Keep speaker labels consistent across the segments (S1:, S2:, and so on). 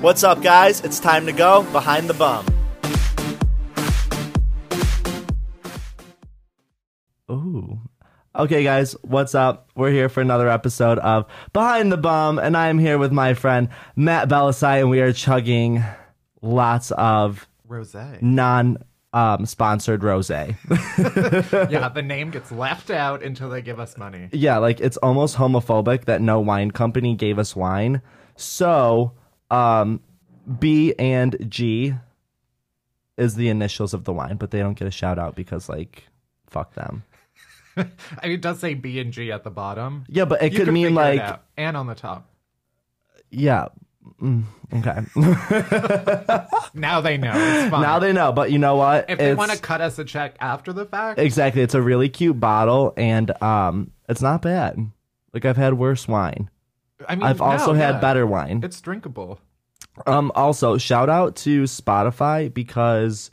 S1: What's up, guys? It's time to go behind the bum. Ooh. Okay, guys, what's up? We're here for another episode of Behind the Bum, and I'm here with my friend Matt Belisai, and we are chugging lots of
S2: Rose. yeah,
S1: non um, sponsored rose.
S2: the name gets left out until they give us money.
S1: yeah, like it's almost homophobic that no wine company gave us wine. So, um, B and G is the initials of the wine, but they don't get a shout out because, like, fuck them.
S2: I mean, it does say B and G at the bottom.
S1: Yeah, but it
S2: You
S1: could
S2: can
S1: mean
S2: figure it
S1: like,
S2: out. and on the top.
S1: yeah, mm, okay.
S2: Now they know. It's fine.
S1: now they know. But you know what?
S2: if they
S1: It's-
S2: want to cut us a check after the fact,
S1: exactly, it's a really cute bottle, and um, it's not bad. Like I've had worse wine.
S2: I mean,
S1: I've
S2: no,
S1: also had
S2: yeah.
S1: better wine.
S2: It's drinkable.
S1: Um, also, shout out to Spotify because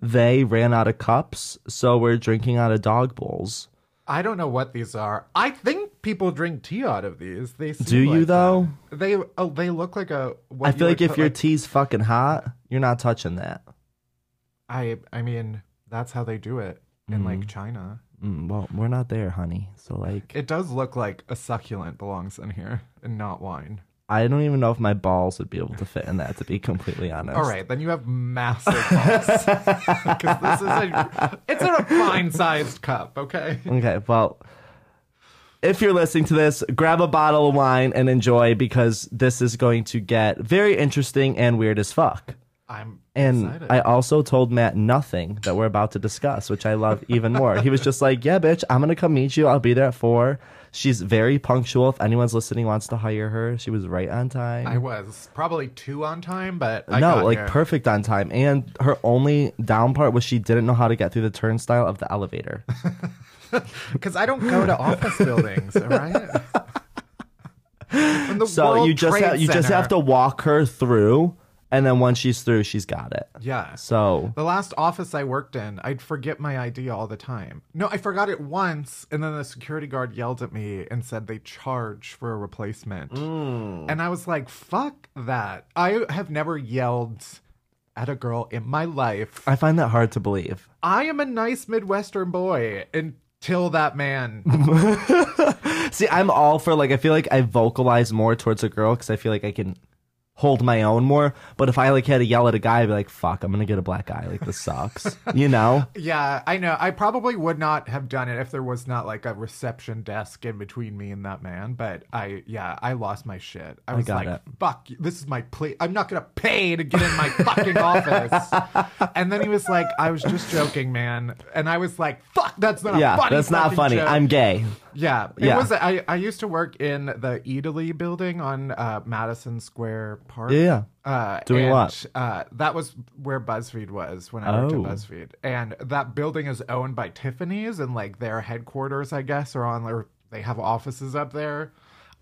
S1: they ran out of cups, so we're drinking out of dog bowls.
S2: I don't know what these are. I think people drink tea out of these. They seem
S1: Do you
S2: like
S1: though?
S2: that. They oh, they look like a. What
S1: I
S2: you
S1: feel
S2: would
S1: like if
S2: put,
S1: your tea's fucking hot, you're not touching that.
S2: I I mean that's how they do it in
S1: Mm-hmm.
S2: like China.
S1: Mm, well, we're not there, honey. So like,
S2: It does look like a succulent belongs in here and not wine.
S1: I don't even know if my balls would be able to fit in that. To be completely honest.
S2: All right, then you have massive balls. 'Cause this is a, it's a fine-sized cup, okay?
S1: Okay, well, if you're listening to this, grab a bottle of wine and enjoy because this is going to get very interesting and weird as fuck.
S2: I'm
S1: And
S2: excited.
S1: I also told Matt nothing that we're about to discuss, which I love even more. he was just like, "Yeah, bitch, I'm gonna come meet you. I'll be there at four. She's very punctual. If anyone's listening wants to hire her, she was right on time.
S2: I was probably two on time, but I
S1: no,
S2: got
S1: like
S2: here.
S1: perfect on time. And her only down part was she didn't know how to get through the turnstile of the elevator.
S2: because I don't go to office buildings, all right? From the
S1: So
S2: World
S1: you just
S2: Trade
S1: have, you just
S2: Center.
S1: have to walk her through, and then once she's through, she's got it.
S2: Yeah.
S1: So
S2: The last office I worked in, I'd forget my ID all the time. No, I forgot it once, and then the security guard yelled at me and said they charge for a replacement. And I was like, fuck that. I have never yelled at a girl in my life.
S1: I find that hard to believe.
S2: I am a nice Midwestern boy until that man.
S1: See, I'm all for like I feel like I vocalize more towards a girl because I feel like I can hold my own more. But if I like had to yell at a guy, I'd be like, "Fuck, I'm gonna get a black eye. Like this sucks," you know.
S2: yeah, I know. I probably would not have done it if there was not like a reception desk in between me and that man. But I, yeah, I lost my shit. I was
S1: got
S2: like,
S1: it.
S2: fuck, you. this is my plea. I'm not going to pay to get in my fucking office. And then he was like, I was just joking, man. And I was like, fuck, that's not
S1: yeah,
S2: a funny
S1: that's not
S2: fucking
S1: funny.
S2: joke.
S1: I'm gay.
S2: Yeah, it
S1: Yeah.
S2: was. I I used to work in the Eataly building on uh, Madison Square Park.
S1: Yeah.
S2: Uh,
S1: Doing
S2: and,
S1: what?
S2: Uh, that was where BuzzFeed was when I worked
S1: Oh.
S2: at BuzzFeed, and that building is owned by Tiffany's, and like their headquarters, I guess, are on their. They have offices up there.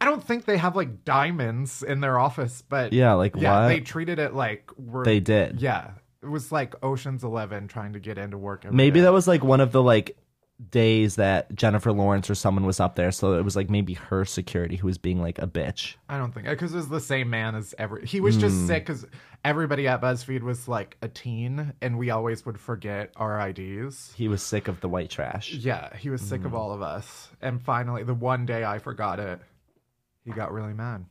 S2: I don't think they have like diamonds in their office, but
S1: Yeah, like
S2: yeah,
S1: what?
S2: they treated it like we're,
S1: They did.
S2: Yeah, it was like Ocean's Eleven trying to get into work. every
S1: Maybe
S2: day.
S1: that was like one of the like days that Jennifer Lawrence or someone was up there, so it was like maybe her security who was being like a bitch.
S2: I don't think because it was the same man as every. He was
S1: Hmm.
S2: just sick because everybody at BuzzFeed was like a teen, and we always would forget our IDs.
S1: He was sick of the white trash.
S2: Yeah, he was
S1: Hmm.
S2: sick of all of us, and finally, the one day I forgot it, he got really mad,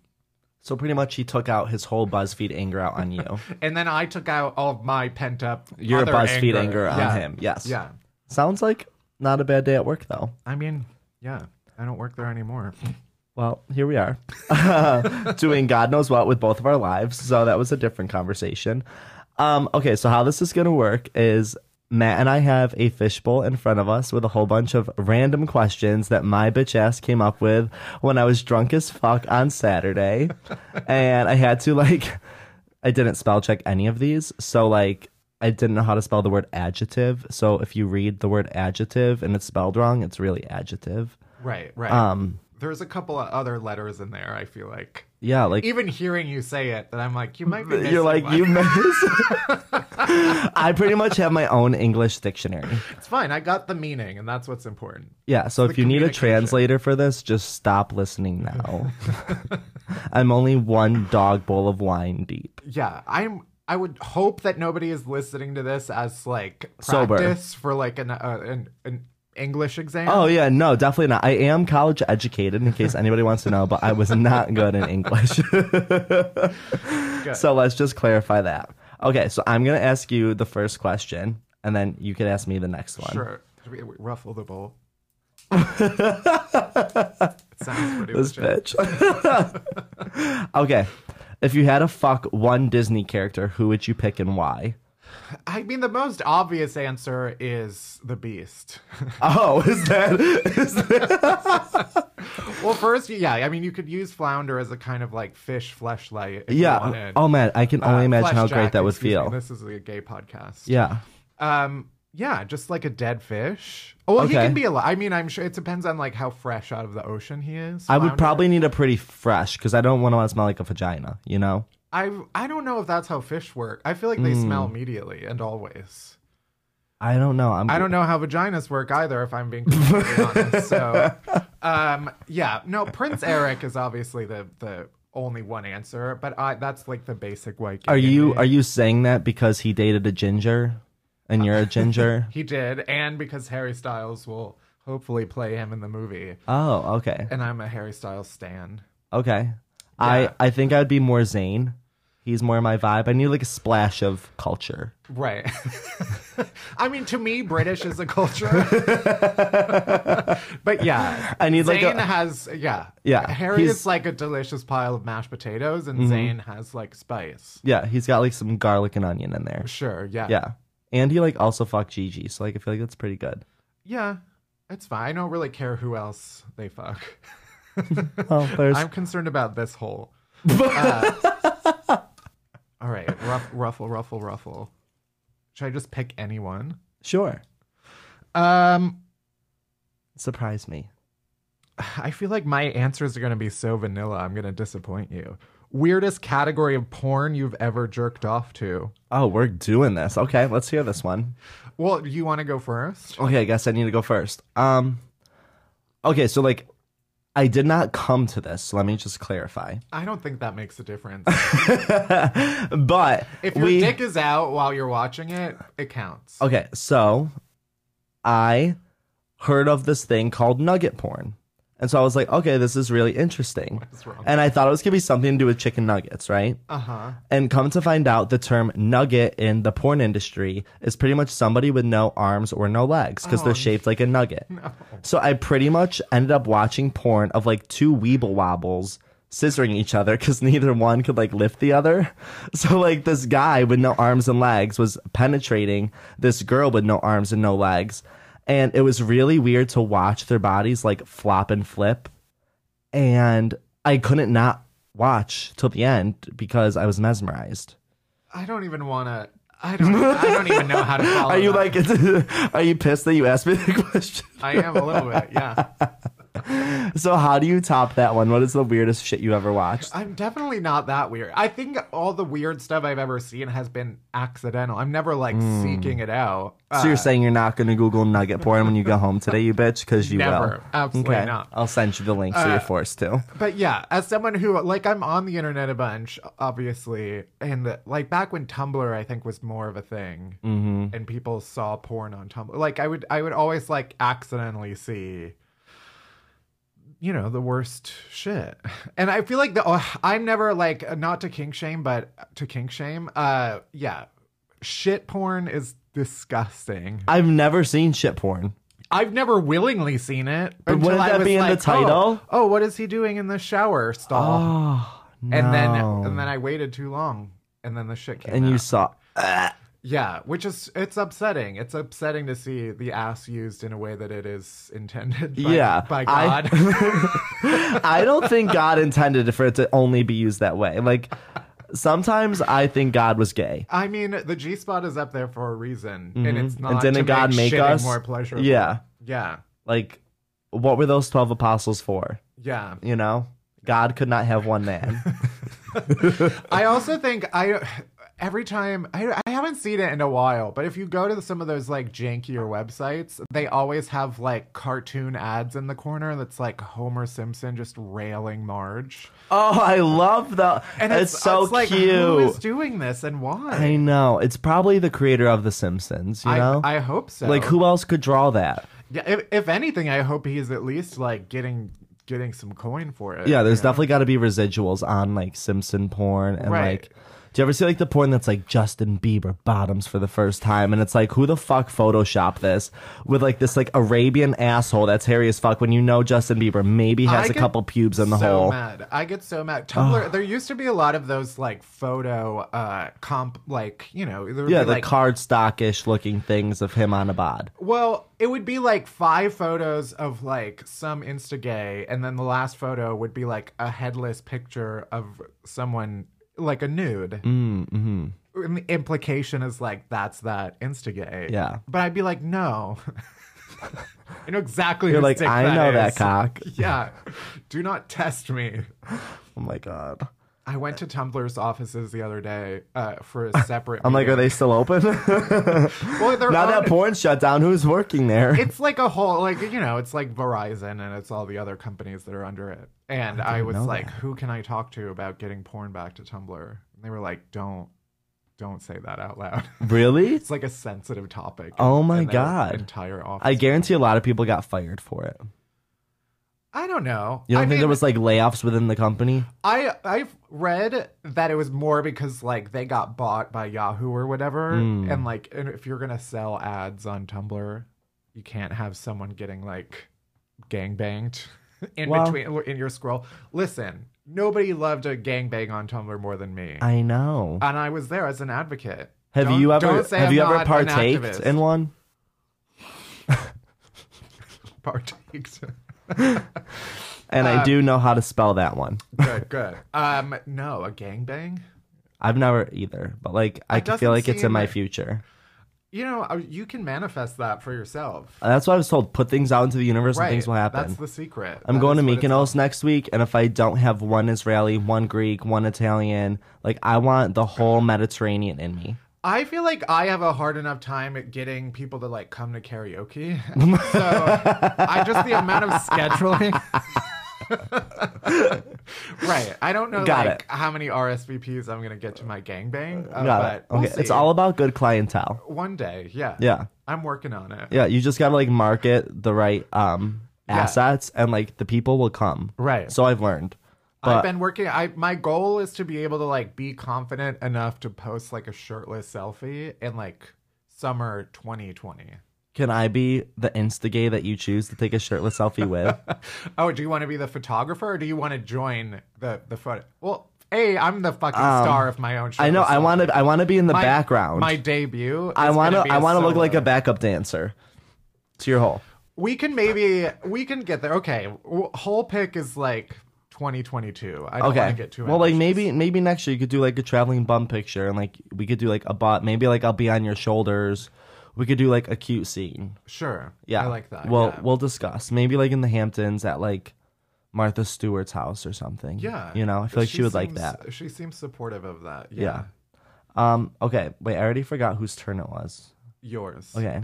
S1: So pretty much, he took out his whole BuzzFeed anger out on you.
S2: and then I took out all of my pent up.
S1: Your
S2: other
S1: BuzzFeed anger,
S2: anger
S1: on
S2: Yeah.
S1: him. Yes.
S2: Yeah,
S1: Sounds like not a bad day at work though.
S2: I mean, yeah, I don't work there anymore.
S1: Well, here we are, doing God knows what with both of our lives. So that was a different conversation. Um, okay, so how this is going to work is Matt and I have a fishbowl in front of us with a whole bunch of random questions that my bitch ass came up with when I was drunk as fuck on Saturday, and I had to like, I didn't spell check any of these, so like. I didn't know how to spell the word adjective. So if you read the word adjective and it's spelled wrong, it's really adjective.
S2: right, right.
S1: Um,
S2: There's a couple of other letters in there. I feel like
S1: Yeah, like
S2: Even hearing you say it, that I'm like, you might be.
S1: you're like
S2: missing
S1: you
S2: one.
S1: miss. I pretty much have my own English dictionary.
S2: It's fine. I got the meaning, and that's what's important.
S1: Yeah, so if you need a
S2: communication.
S1: translator for this, just stop listening now. I'm only one dog bowl of wine deep.
S2: Yeah, I'm. I would hope that nobody is listening to this as like
S1: Sober.
S2: practice for like an uh, an, an English exam.
S1: Oh yeah, no, definitely not. I am college educated in case anybody wants to know, but I was not good in English. so let's just clarify that. Okay, so I'm going to ask you the first question and then you could ask me the next one.
S2: sure. We- we Ruffle the bowl. it sounds pretty.
S1: This
S2: legit.
S1: bitch. okay. If you had to fuck one Disney character, who would you pick and why?
S2: I mean, the most obvious answer is the Beast.
S1: Oh, is that is that
S2: well, first, yeah, I mean, you could use Flounder as a kind of like fish fleshlight. If You
S1: Yeah.
S2: wanted.
S1: Oh man, I can only
S2: Uh,
S1: imagine how great
S2: fleshjack,
S1: that would
S2: excuse me,
S1: feel.
S2: this is a gay podcast.
S1: Yeah.
S2: Um, yeah, just like a dead fish. Oh, well, he
S1: Okay.
S2: can be alive. I mean, I'm sure it depends on like how fresh out of the ocean he is.
S1: I would
S2: Flounder.
S1: probably need a pretty fresh because I don't want to smell like a vagina, you know?
S2: I I don't know if that's how fish work. I feel like
S1: Hmm.
S2: they smell immediately and always.
S1: I don't know. I'm
S2: I don't know how vaginas work either, if I'm being completely honest. So, um, yeah, no, Prince Eric is obviously the the only one answer, but I, that's like the basic white.
S1: Are you are you saying that because he dated a ginger and you're a ginger?
S2: He did, and because Harry Styles will hopefully play him in the movie,
S1: oh, okay.
S2: and I'm a Harry Styles stan.
S1: Okay. I
S2: Yeah.
S1: I think I'd be more Zane. He's more my vibe. I need like a splash of culture.
S2: Right. I mean, to me, British is a culture. but yeah,
S1: I need like
S2: Zane
S1: a
S2: has yeah
S1: Yeah,
S2: Harry
S1: he's- Mm-hmm.
S2: is like a delicious pile of mashed potatoes, and Zane has like spice.
S1: Yeah, he's got like some garlic and onion in there.
S2: Sure. Yeah.
S1: Yeah. And he like also fucked Gigi, so like I feel like that's pretty good.
S2: Yeah. It's fine. I don't really care who else they fuck.
S1: Well, there's
S2: I'm concerned about this whole. uh, all right, ruff, ruffle, ruffle, ruffle. Should I just pick anyone?
S1: sure.
S2: Um,
S1: Surprise me.
S2: I feel like my answers are going to be so vanilla. I'm going to disappoint you. Weirdest category of porn you've ever jerked off to?
S1: Oh, we're doing this. Okay, let's hear this one.
S2: Well, you want to go first?
S1: Okay, I guess I need to go first. Um Okay, so like I did not come to this, so let me just clarify.
S2: I don't think that makes a difference.
S1: But
S2: If your
S1: we Oh.
S2: dick is out while you're watching it, it counts.
S1: Okay, so I heard of this thing called nugget porn. And so I was like, okay, this is really interesting.
S2: What's wrong?
S1: And I thought it was going to be something to do with chicken nuggets, right?
S2: Uh huh.
S1: And come to find out, the term nugget in the porn industry is pretty much somebody with no arms or no legs because they're shaped like a nugget. So I pretty much ended up watching porn of like two weeble wobbles scissoring each other because neither one could like lift the other. So like this guy with no arms and legs was penetrating this girl with no arms and no legs. And it was really weird to watch their bodies like flop and flip and I couldn't not watch till the end because I was mesmerized.
S2: I don't even want to. I don't. I don't even know how to follow.
S1: Are you
S2: that.
S1: like, are you pissed that you asked me the question?
S2: I am a little bit. Yeah.
S1: So how do you top that one? What is the weirdest shit you ever watched?
S2: I'm definitely not that weird. I think all the weird stuff I've ever seen has been accidental. I'm never like
S1: Hmm.
S2: seeking it out. Uh,
S1: So you're saying you're not going to Google nugget porn when you go home today, you bitch? Because you
S2: Never.
S1: will.
S2: Absolutely not. Uh,
S1: I'll send you the link so you're forced to.
S2: But yeah, as someone who like I'm on the internet a bunch, obviously, and like back when Tumblr I think was more of a thing, mm-hmm. and people saw porn on Tumblr. Like I would, I would always like accidentally see, you know, the worst shit. And I feel like the oh, I'm never like not to kink shame, but to kink shame. Uh, yeah, shit porn is disgusting.
S1: I've never seen shit porn.
S2: I've never willingly seen it.
S1: But
S2: until
S1: wouldn't
S2: I
S1: that
S2: was
S1: be in the
S2: like,
S1: title?
S2: Oh, oh, what is he doing in the shower stall?
S1: Oh, no.
S2: and then and then I waited too long, and then the shit came.
S1: and you
S2: out.
S1: saw.
S2: yeah, which is it's upsetting. It's upsetting to see the ass used in a way that it is intended. By,
S1: yeah.
S2: by
S1: I-
S2: God.
S1: I don't think God intended for it to only be used that way. Like sometimes I think God was gay.
S2: I, mean, the G spot is up there for a reason, and it's not.
S1: Mm-hmm. and didn't
S2: to
S1: God make
S2: shitting
S1: us
S2: more pleasurable?
S1: Yeah.
S2: yeah,
S1: Like what were those 12 apostles for,
S2: yeah,
S1: you know? God could not have one man.
S2: I also think I every time I, I haven't seen it in a while, but if you go to the- some of those like jankier websites, they always have like cartoon ads in the corner that's like Homer Simpson just railing Marge.
S1: oh, I love the. it's, so
S2: like,
S1: cute.
S2: Who is doing this and why?
S1: I know. It's probably the creator of The Simpsons. You know,
S2: I, I hope so.
S1: like who else could draw that?
S2: Yeah, if, if anything, I hope he's at least like getting getting some coin for it.
S1: Yeah, there's
S2: you know?
S1: definitely got to be residuals on like Simpson porn and
S2: Right.
S1: like. Do you ever see like the porn that's like Justin Bieber bottoms for the first time, and it's like who the fuck photoshopped this with like this like Arabian asshole that's hairy as fuck when you know Justin Bieber maybe
S2: I
S1: has a
S2: get
S1: couple pubes in the
S2: so
S1: hole.
S2: mad. I get so mad. Tumblr. There used to be a lot of those like photo uh comp like you know there would
S1: Yeah,
S2: be,
S1: the
S2: like,
S1: cardstockish looking things of him on a bod.
S2: Well, it would be like five photos of like some insta gay, and then the last photo would be like a headless picture of someone like a nude. Mm-hmm.
S1: Mm,
S2: And the implication is like that's that insta gay.
S1: Yeah.
S2: But I'd be like, no. I know exactly.
S1: You're
S2: whose
S1: like,
S2: dick
S1: I know that
S2: is."
S1: cock.
S2: Yeah. Do not test me.
S1: Oh my god.
S2: I went to Tumblr's offices the other day uh, for a separate.
S1: I'm like, are
S2: meeting.
S1: they still open?
S2: Well, they're
S1: now
S2: on-
S1: that porn shut down, who's working there?
S2: it's like a whole like you know it's like verizon and it's all the other companies that are under it and i, was
S1: know
S2: like who can i talk to about getting porn back to tumblr and they were like don't don't say that out loud
S1: really?
S2: it's like a sensitive topic
S1: Oh my
S2: in their
S1: God.
S2: entire office
S1: I guarantee a lot of people got fired for it.
S2: i don't know
S1: You don't
S2: I
S1: think
S2: mean,
S1: there was like layoffs within the company?
S2: i i've read that it was more because like they got bought by yahoo or whatever
S1: Hmm.
S2: and like and if you're gonna sell ads on tumblr you can't have someone getting like gangbanged in
S1: Well-
S2: between in your scroll. Listen, nobody loved a gangbang on Tumblr more than me,
S1: I know.
S2: and I was there as an advocate.
S1: Have
S2: Don't-
S1: you ever
S2: don't say
S1: have
S2: I'm
S1: you ever
S2: not an
S1: partaked
S2: activist.
S1: in one?
S2: partaked?
S1: And
S2: Uh,
S1: I do know how to spell that one.
S2: good, good. Um, no, a gangbang.
S1: I've never either, but like I
S2: It doesn't
S1: feel like it's in
S2: seem
S1: my
S2: like-
S1: future.
S2: You know, uh, you can manifest that for yourself.
S1: That's what I was told. Put things out into the universe
S2: Right,
S1: and things will happen.
S2: That's the secret.
S1: I'm
S2: That
S1: going to
S2: is what it's
S1: Mykonos next week, and if I don't have one Israeli, one Greek, one Italian, like I want the whole Mediterranean in me.
S2: I feel like I have a hard enough time at getting people to like come to karaoke. so I just the amount of scheduling. right. I don't know
S1: Got
S2: like
S1: it.
S2: how many RSVPs I'm gonna get to my gangbang. Uh,
S1: Got
S2: but
S1: it.
S2: we'll
S1: Okay, it's
S2: see.
S1: all about good clientele.
S2: one day, yeah.
S1: Yeah.
S2: I'm working on it.
S1: Yeah, you just gotta like market the right um assets, and like the people will come.
S2: Right.
S1: So uh, I've learned.
S2: I've
S1: But
S2: been working I my goal is to be able to like be confident enough to post like a shirtless selfie in like summer twenty twenty.
S1: can I be the instigay that you choose to take a shirtless selfie with?
S2: Oh, do you want to be the photographer or do you want to join the the photo? Well, A, I'm the fucking star of my own show.
S1: Um, I know. I want to. I want to be in the
S2: My-
S1: background.
S2: My debut.
S1: I want to.
S2: to.
S1: I want to look like a backup dancer to your hole.
S2: We can maybe we can get there. Okay, w- whole pick is like 2022. Oh, I don't want
S1: Okay.
S2: to get too.
S1: Well, like
S2: ambitious.
S1: maybe maybe next year you could do like a traveling bum picture, and like we could do like a bot. Maybe like I'll be on your shoulders. We could do like a cute scene.
S2: sure.
S1: Yeah,
S2: I like that.
S1: We'll
S2: yeah.
S1: we'll discuss. Maybe like in the Hamptons at like Martha Stewart's house or something.
S2: yeah.
S1: you know, I feel like she, would like
S2: seems-
S1: that.
S2: She seems supportive of that. Yeah.
S1: Yeah. Um. Okay. Wait. I already forgot whose turn it was.
S2: Yours.
S1: Okay.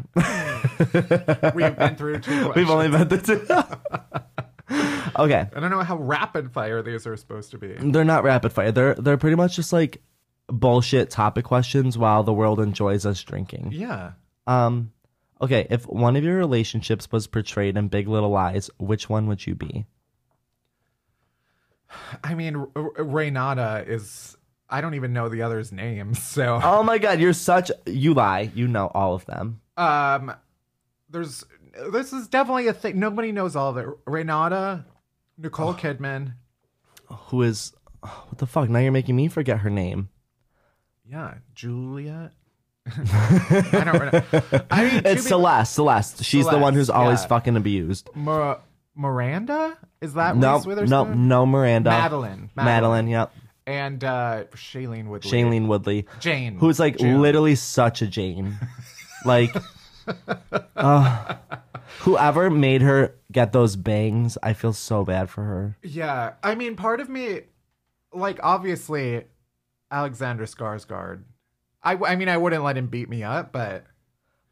S2: We've been through two.
S1: We've
S2: questions.
S1: only met the two. okay.
S2: I don't know how rapid fire these are supposed to be.
S1: They're not rapid fire. They're they're pretty much just like bullshit topic questions while the world enjoys us drinking.
S2: Yeah.
S1: Um, okay, if one of your relationships was portrayed in Big Little Lies, which one would you be?
S2: I mean, R- R- Reynada is. I don't even know the others' names, so
S1: Oh my god, you're such you lie. You know all of them.
S2: um, there's this is definitely a thing. Nobody knows all of it. Reynada, Nicole Kidman.
S1: Who is what the fuck? Now you're making me forget her name.
S2: Yeah, Julia. I don't. Remember. I mean, to
S1: It's
S2: be-
S1: Celeste. Celeste. She's the one who's
S2: Celeste,
S1: always
S2: yeah.
S1: fucking abused.
S2: Mir- Miranda. Is that
S1: No,
S2: Reese
S1: no,
S2: Witherspoon?
S1: no. Miranda.
S2: Madeline. Madeline.
S1: Madeline. Yep.
S2: And uh, Shailene Woodley.
S1: Shailene Woodley.
S2: Jane.
S1: who's like
S2: June.
S1: literally such a Jane. Like uh, Whoever made her get those bangs, I feel so bad for her.
S2: Yeah, I mean, part of me, like, obviously, Alexander Skarsgård. I, w- I mean, I wouldn't let him beat me up, but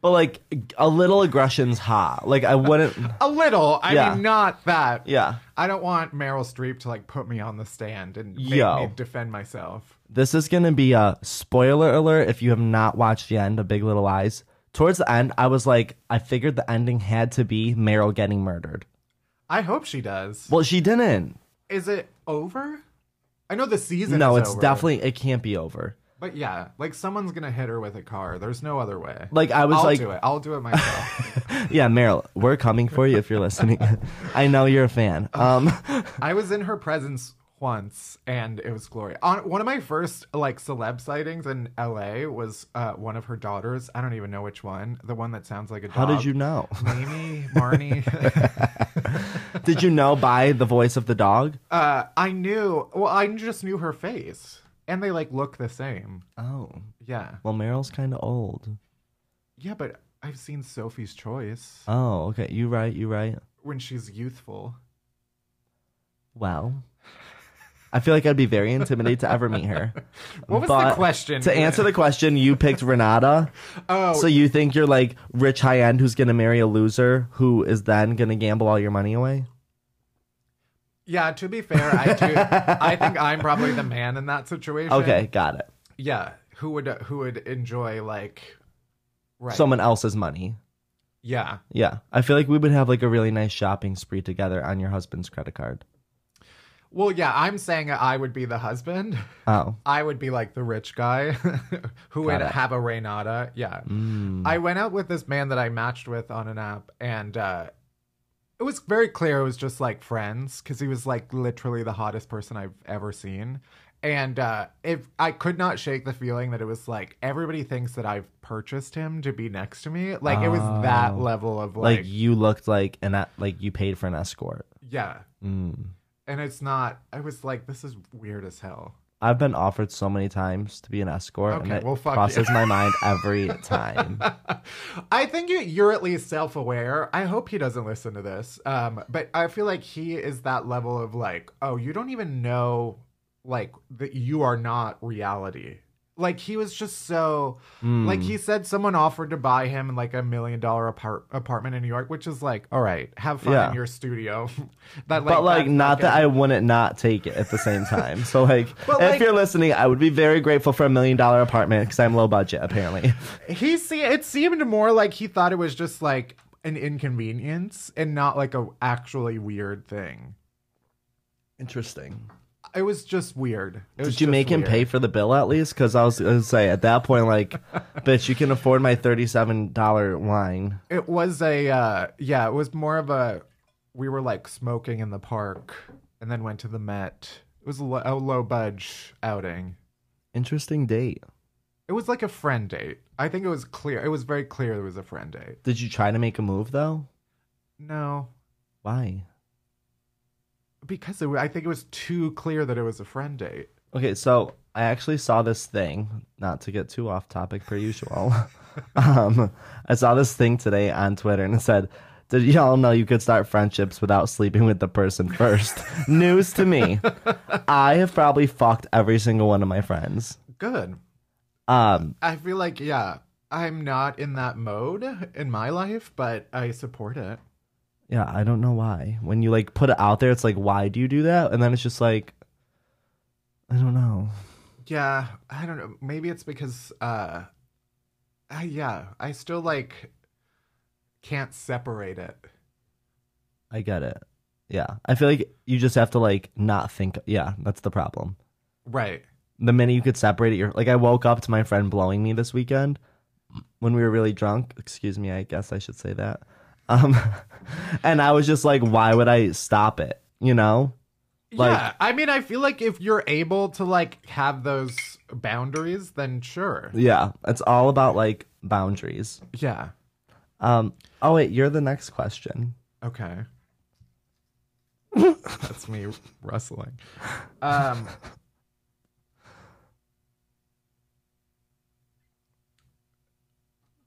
S1: But like a little aggression's hot. Like I wouldn't.
S2: a little. I
S1: Yeah.
S2: mean, not that.
S1: Yeah.
S2: I don't want Meryl Streep to like put me on the stand and make
S1: Yo.
S2: me defend myself.
S1: This is gonna be a spoiler alert if you have not watched the end of Big Little Lies. Towards the end, I was like, I figured the ending had to be Meryl getting murdered.
S2: I hope she does.
S1: Well, she didn't.
S2: Is it over? I know the season.
S1: no,
S2: is
S1: it's
S2: over,
S1: definitely it can't be over.
S2: But yeah, like someone's gonna hit her with a car. There's no other way.
S1: Like I was
S2: I'll
S1: like,
S2: do it. I'll do it myself.
S1: yeah, Meryl, we're coming for you if you're listening. I know you're a fan. Um,
S2: I was in her presence once, and it was glorious. On one of my first like celeb sightings in L.A. was uh, one of her daughters. I don't even know which one. The one that sounds like a.
S1: how
S2: dog.
S1: did you know?
S2: Mamie, Marnie.
S1: Did you know by the voice of the dog?
S2: uh, I knew. Well, I just knew her face, and they like look the same.
S1: Oh,
S2: Yeah,
S1: well, Meryl's kind of old.
S2: yeah, but I've seen Sophie's Choice
S1: Oh, okay, you right, you right.
S2: when she's youthful.
S1: Well, I feel like I'd be very intimidated to ever meet her.
S2: What was
S1: But
S2: the question?
S1: To answer the question, you picked Renata.
S2: oh,
S1: So you think you're like rich high end who's gonna marry a loser who is then gonna gamble all your money away?
S2: yeah. To be fair, I do. I think I'm probably the man in that situation.
S1: Okay, got it.
S2: Yeah. Who would uh, who would enjoy like? Right.
S1: Someone else's money.
S2: yeah.
S1: Yeah. I feel like we would have like a really nice shopping spree together on your husband's credit card.
S2: Well, yeah. I'm saying I would be the husband.
S1: Oh.
S2: I would be like the rich guy who would
S1: Got it. Mm.
S2: have a Reynada. Yeah. I went out with this man that I matched with on an app, and uh, it was very clear it was just like friends because he was like literally the hottest person I've ever seen. And uh, if I could not shake the feeling that it was like everybody thinks that I've purchased him to be next to me, like it was that
S1: Oh.
S2: level of
S1: Like,
S2: like,
S1: you looked like an e- like you paid for an escort.
S2: yeah.
S1: Mm.
S2: And it's not. I was like, this is weird as hell.
S1: I've been offered so many times to be an escort, and
S2: Okay,
S1: it
S2: well, fuck you.
S1: crosses my mind every time.
S2: I think you, you're at least self aware. I hope he doesn't listen to this. Um, but I feel like he is that level of like, oh, you don't even know, like, that you are not reality. Like, he was just so,
S1: Mm.
S2: like, he said someone offered to buy him, like, a million dollar apart- apartment in New York, which is like, all right, have fun
S1: Yeah.
S2: in your studio. that,
S1: but like, not that
S2: fucking-
S1: I wouldn't not take it at the same time. So like,
S2: But,
S1: if
S2: like-
S1: you're listening, I would be very grateful for a million dollar apartment because I'm low budget apparently.
S2: He see it seemed more like he thought it was just like an inconvenience and not like a actually weird thing.
S1: Interesting.
S2: It was just weird. It was
S1: Did you
S2: just
S1: make him
S2: weird.
S1: pay for the bill at least? Because I was gonna say at that point, like, bitch, you can afford my thirty-seven dollar wine.
S2: It was a uh, yeah. It was more of a we were like smoking in the park and then went to the Met. It was a, lo- a low budge outing.
S1: Interesting date.
S2: It was like a friend date. I think it was clear. It was very clear it was a friend date.
S1: Did you try to make a move though?
S2: No,
S1: Why?
S2: because it, wa- I think it was too clear that it was a friend date.
S1: Okay, so I actually saw this thing, not to get too off topic per usual. um, I saw this thing today on Twitter and it said, Did y'all know you could start friendships without sleeping with the person first? News to me. I have probably fucked every single one of my friends.
S2: Good.
S1: Um,
S2: I feel like yeah. I'm not in that mode in my life, but I support it.
S1: yeah, I don't know why. When you like put it out there, it's like, why do you do that? And then it's just like, I don't know.
S2: Yeah, I don't know. Maybe it's because uh I, yeah, I still like can't separate it.
S1: I get it. Yeah. I feel like you just have to like not think. Yeah, that's the problem.
S2: Right.
S1: the minute you could separate it, you're like, I woke up to my friend blowing me this weekend when we were really drunk. Excuse me, I guess I should say that. Um, and I was just like, why would I stop it? You know? Like-
S2: yeah, I mean, I feel like if you're able to like have those boundaries, then sure.
S1: Yeah, it's all about like boundaries.
S2: Yeah.
S1: Um, oh wait, you're the next question.
S2: Okay. That's me rustling. Um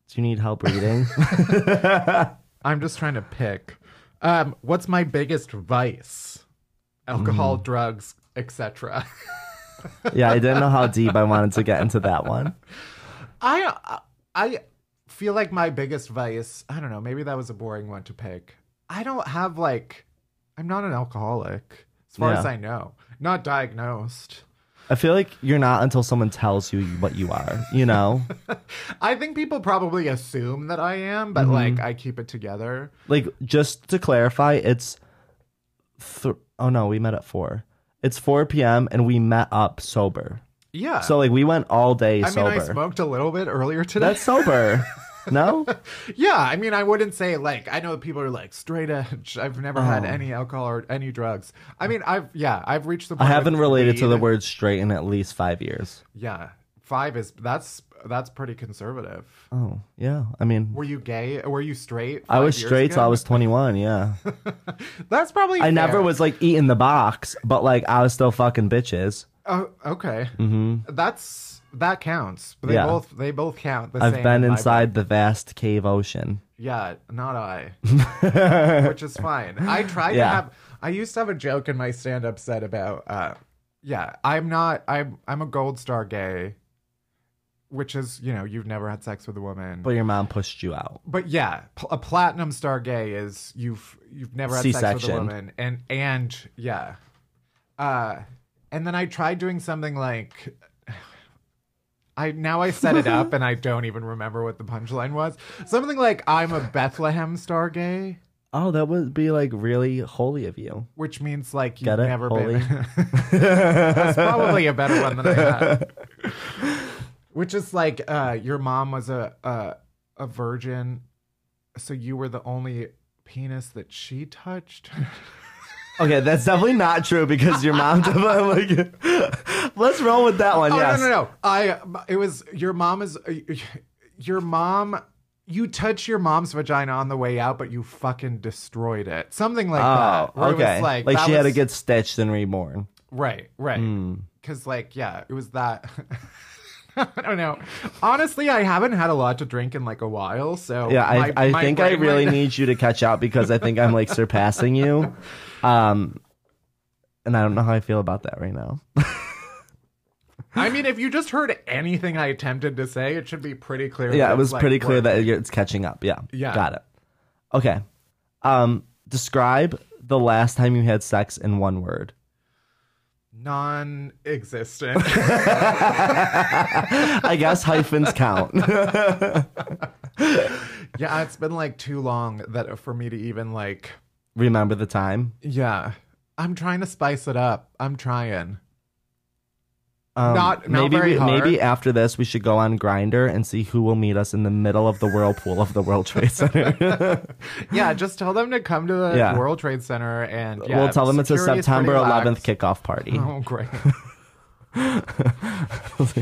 S1: Do Do you need help reading?
S2: I'm just trying to pick. Um, what's my biggest vice?
S1: Mm.
S2: Alcohol, drugs, etc.
S1: yeah, I didn't know how deep I wanted to get into that one.
S2: I uh, I feel like my biggest vice, I don't know, maybe that was a boring one to pick. I don't have like I'm not an alcoholic as far
S1: Yeah.
S2: as I know. Not diagnosed.
S1: I feel like you're not until someone tells you what you are, you know?
S2: I think people probably assume that I
S1: Mm-hmm.
S2: am, but like I keep it together.
S1: like, just to clarify, it's. Th- oh no, we met at 4. It's 4 p.m. and we met up sober.
S2: Yeah.
S1: So, like, we went all day
S2: I mean,
S1: sober.
S2: I smoked a little bit earlier today.
S1: That's sober. no?
S2: Yeah, I mean, I wouldn't say like I know people are like straight edge. I've never had
S1: Oh.
S2: any alcohol or any drugs. I mean, I've yeah, I've reached the.
S1: I
S2: Point
S1: haven't
S2: with
S1: related to the
S2: weed.
S1: word straight in at least five years.
S2: Yeah, five is that's that's pretty conservative.
S1: Oh, yeah. I mean,
S2: Were you gay? Were you straight?
S1: I
S2: five
S1: was
S2: years
S1: straight till I
S2: ago?
S1: was 21, yeah.
S2: That's probably.
S1: I never
S2: fair.
S1: was like eating the box, but like I was still fucking bitches.
S2: Oh, okay. Mm-hmm. That's that counts. They
S1: Yeah.
S2: both they both count. The same
S1: I've been
S2: in my
S1: inside the vast cave ocean.
S2: Yeah, not I. Which is fine. I tried to
S1: Yeah.
S2: have I used to have a joke in my stand up set about uh yeah, I'm not I'm I'm a gold star gay, which is, you know, you've never had sex with a woman.
S1: But your mom pushed you out.
S2: But yeah, pl- a platinum star gay is you've you've never had sex with a
S1: C-section.
S2: woman, and and yeah, uh, and then I tried doing something like. I now I set it up and I don't even remember what the punchline was. Something like I'm a Bethlehem star gay,
S1: Oh, that would be like really holy of you.
S2: which means like you've
S1: Get it?
S2: never been. That's probably a better one than I had. Which is like uh, your mom was a, a a virgin, so you were the only penis that she touched.
S1: Uh, Okay, that's definitely not true because your mom. definitely- like, let's roll with that one.
S2: Oh
S1: yes.
S2: no no no! I it was your mom is uh, your mom. You touch your mom's vagina on the way out, but you fucking destroyed it. Something like
S1: Oh,
S2: that. where it was
S1: okay. Like,
S2: like that
S1: she had to
S2: was-
S1: get stitched and reborn.
S2: Right, right.
S1: Mm.
S2: Because, like, yeah, it was that. I don't know. Honestly, I haven't had a lot to drink in like a while, so
S1: Yeah, I,
S2: my-
S1: I
S2: my
S1: think I
S2: brain
S1: really
S2: right-
S1: need you to catch up because I think I'm like surpassing you. Um, and I don't know how I feel about that right now.
S2: I mean, if you just heard anything I attempted to say, it should be pretty clear.
S1: Yeah,
S2: that
S1: it was
S2: it's, like,
S1: pretty clear
S2: work.
S1: that it's catching up. Yeah.
S2: Yeah.
S1: Got it. Okay. Um, describe the last time you had sex in one word.
S2: non-existent.
S1: I guess hyphens count.
S2: yeah, it's been like too long that uh, for me to even like.
S1: Remember the time?
S2: Yeah, I'm trying to spice it up. I'm trying.
S1: Um,
S2: Not- not
S1: maybe
S2: very
S1: we,
S2: hard.
S1: maybe after this we should go on Grinder and see who will meet us in the middle of the whirlpool of the World Trade Center.
S2: Yeah, just tell them to come to the
S1: Yeah.
S2: World Trade Center, and yeah,
S1: we'll tell them it's a
S2: security is pretty
S1: September 11th
S2: lax.
S1: kickoff party.
S2: Oh, great. Oh.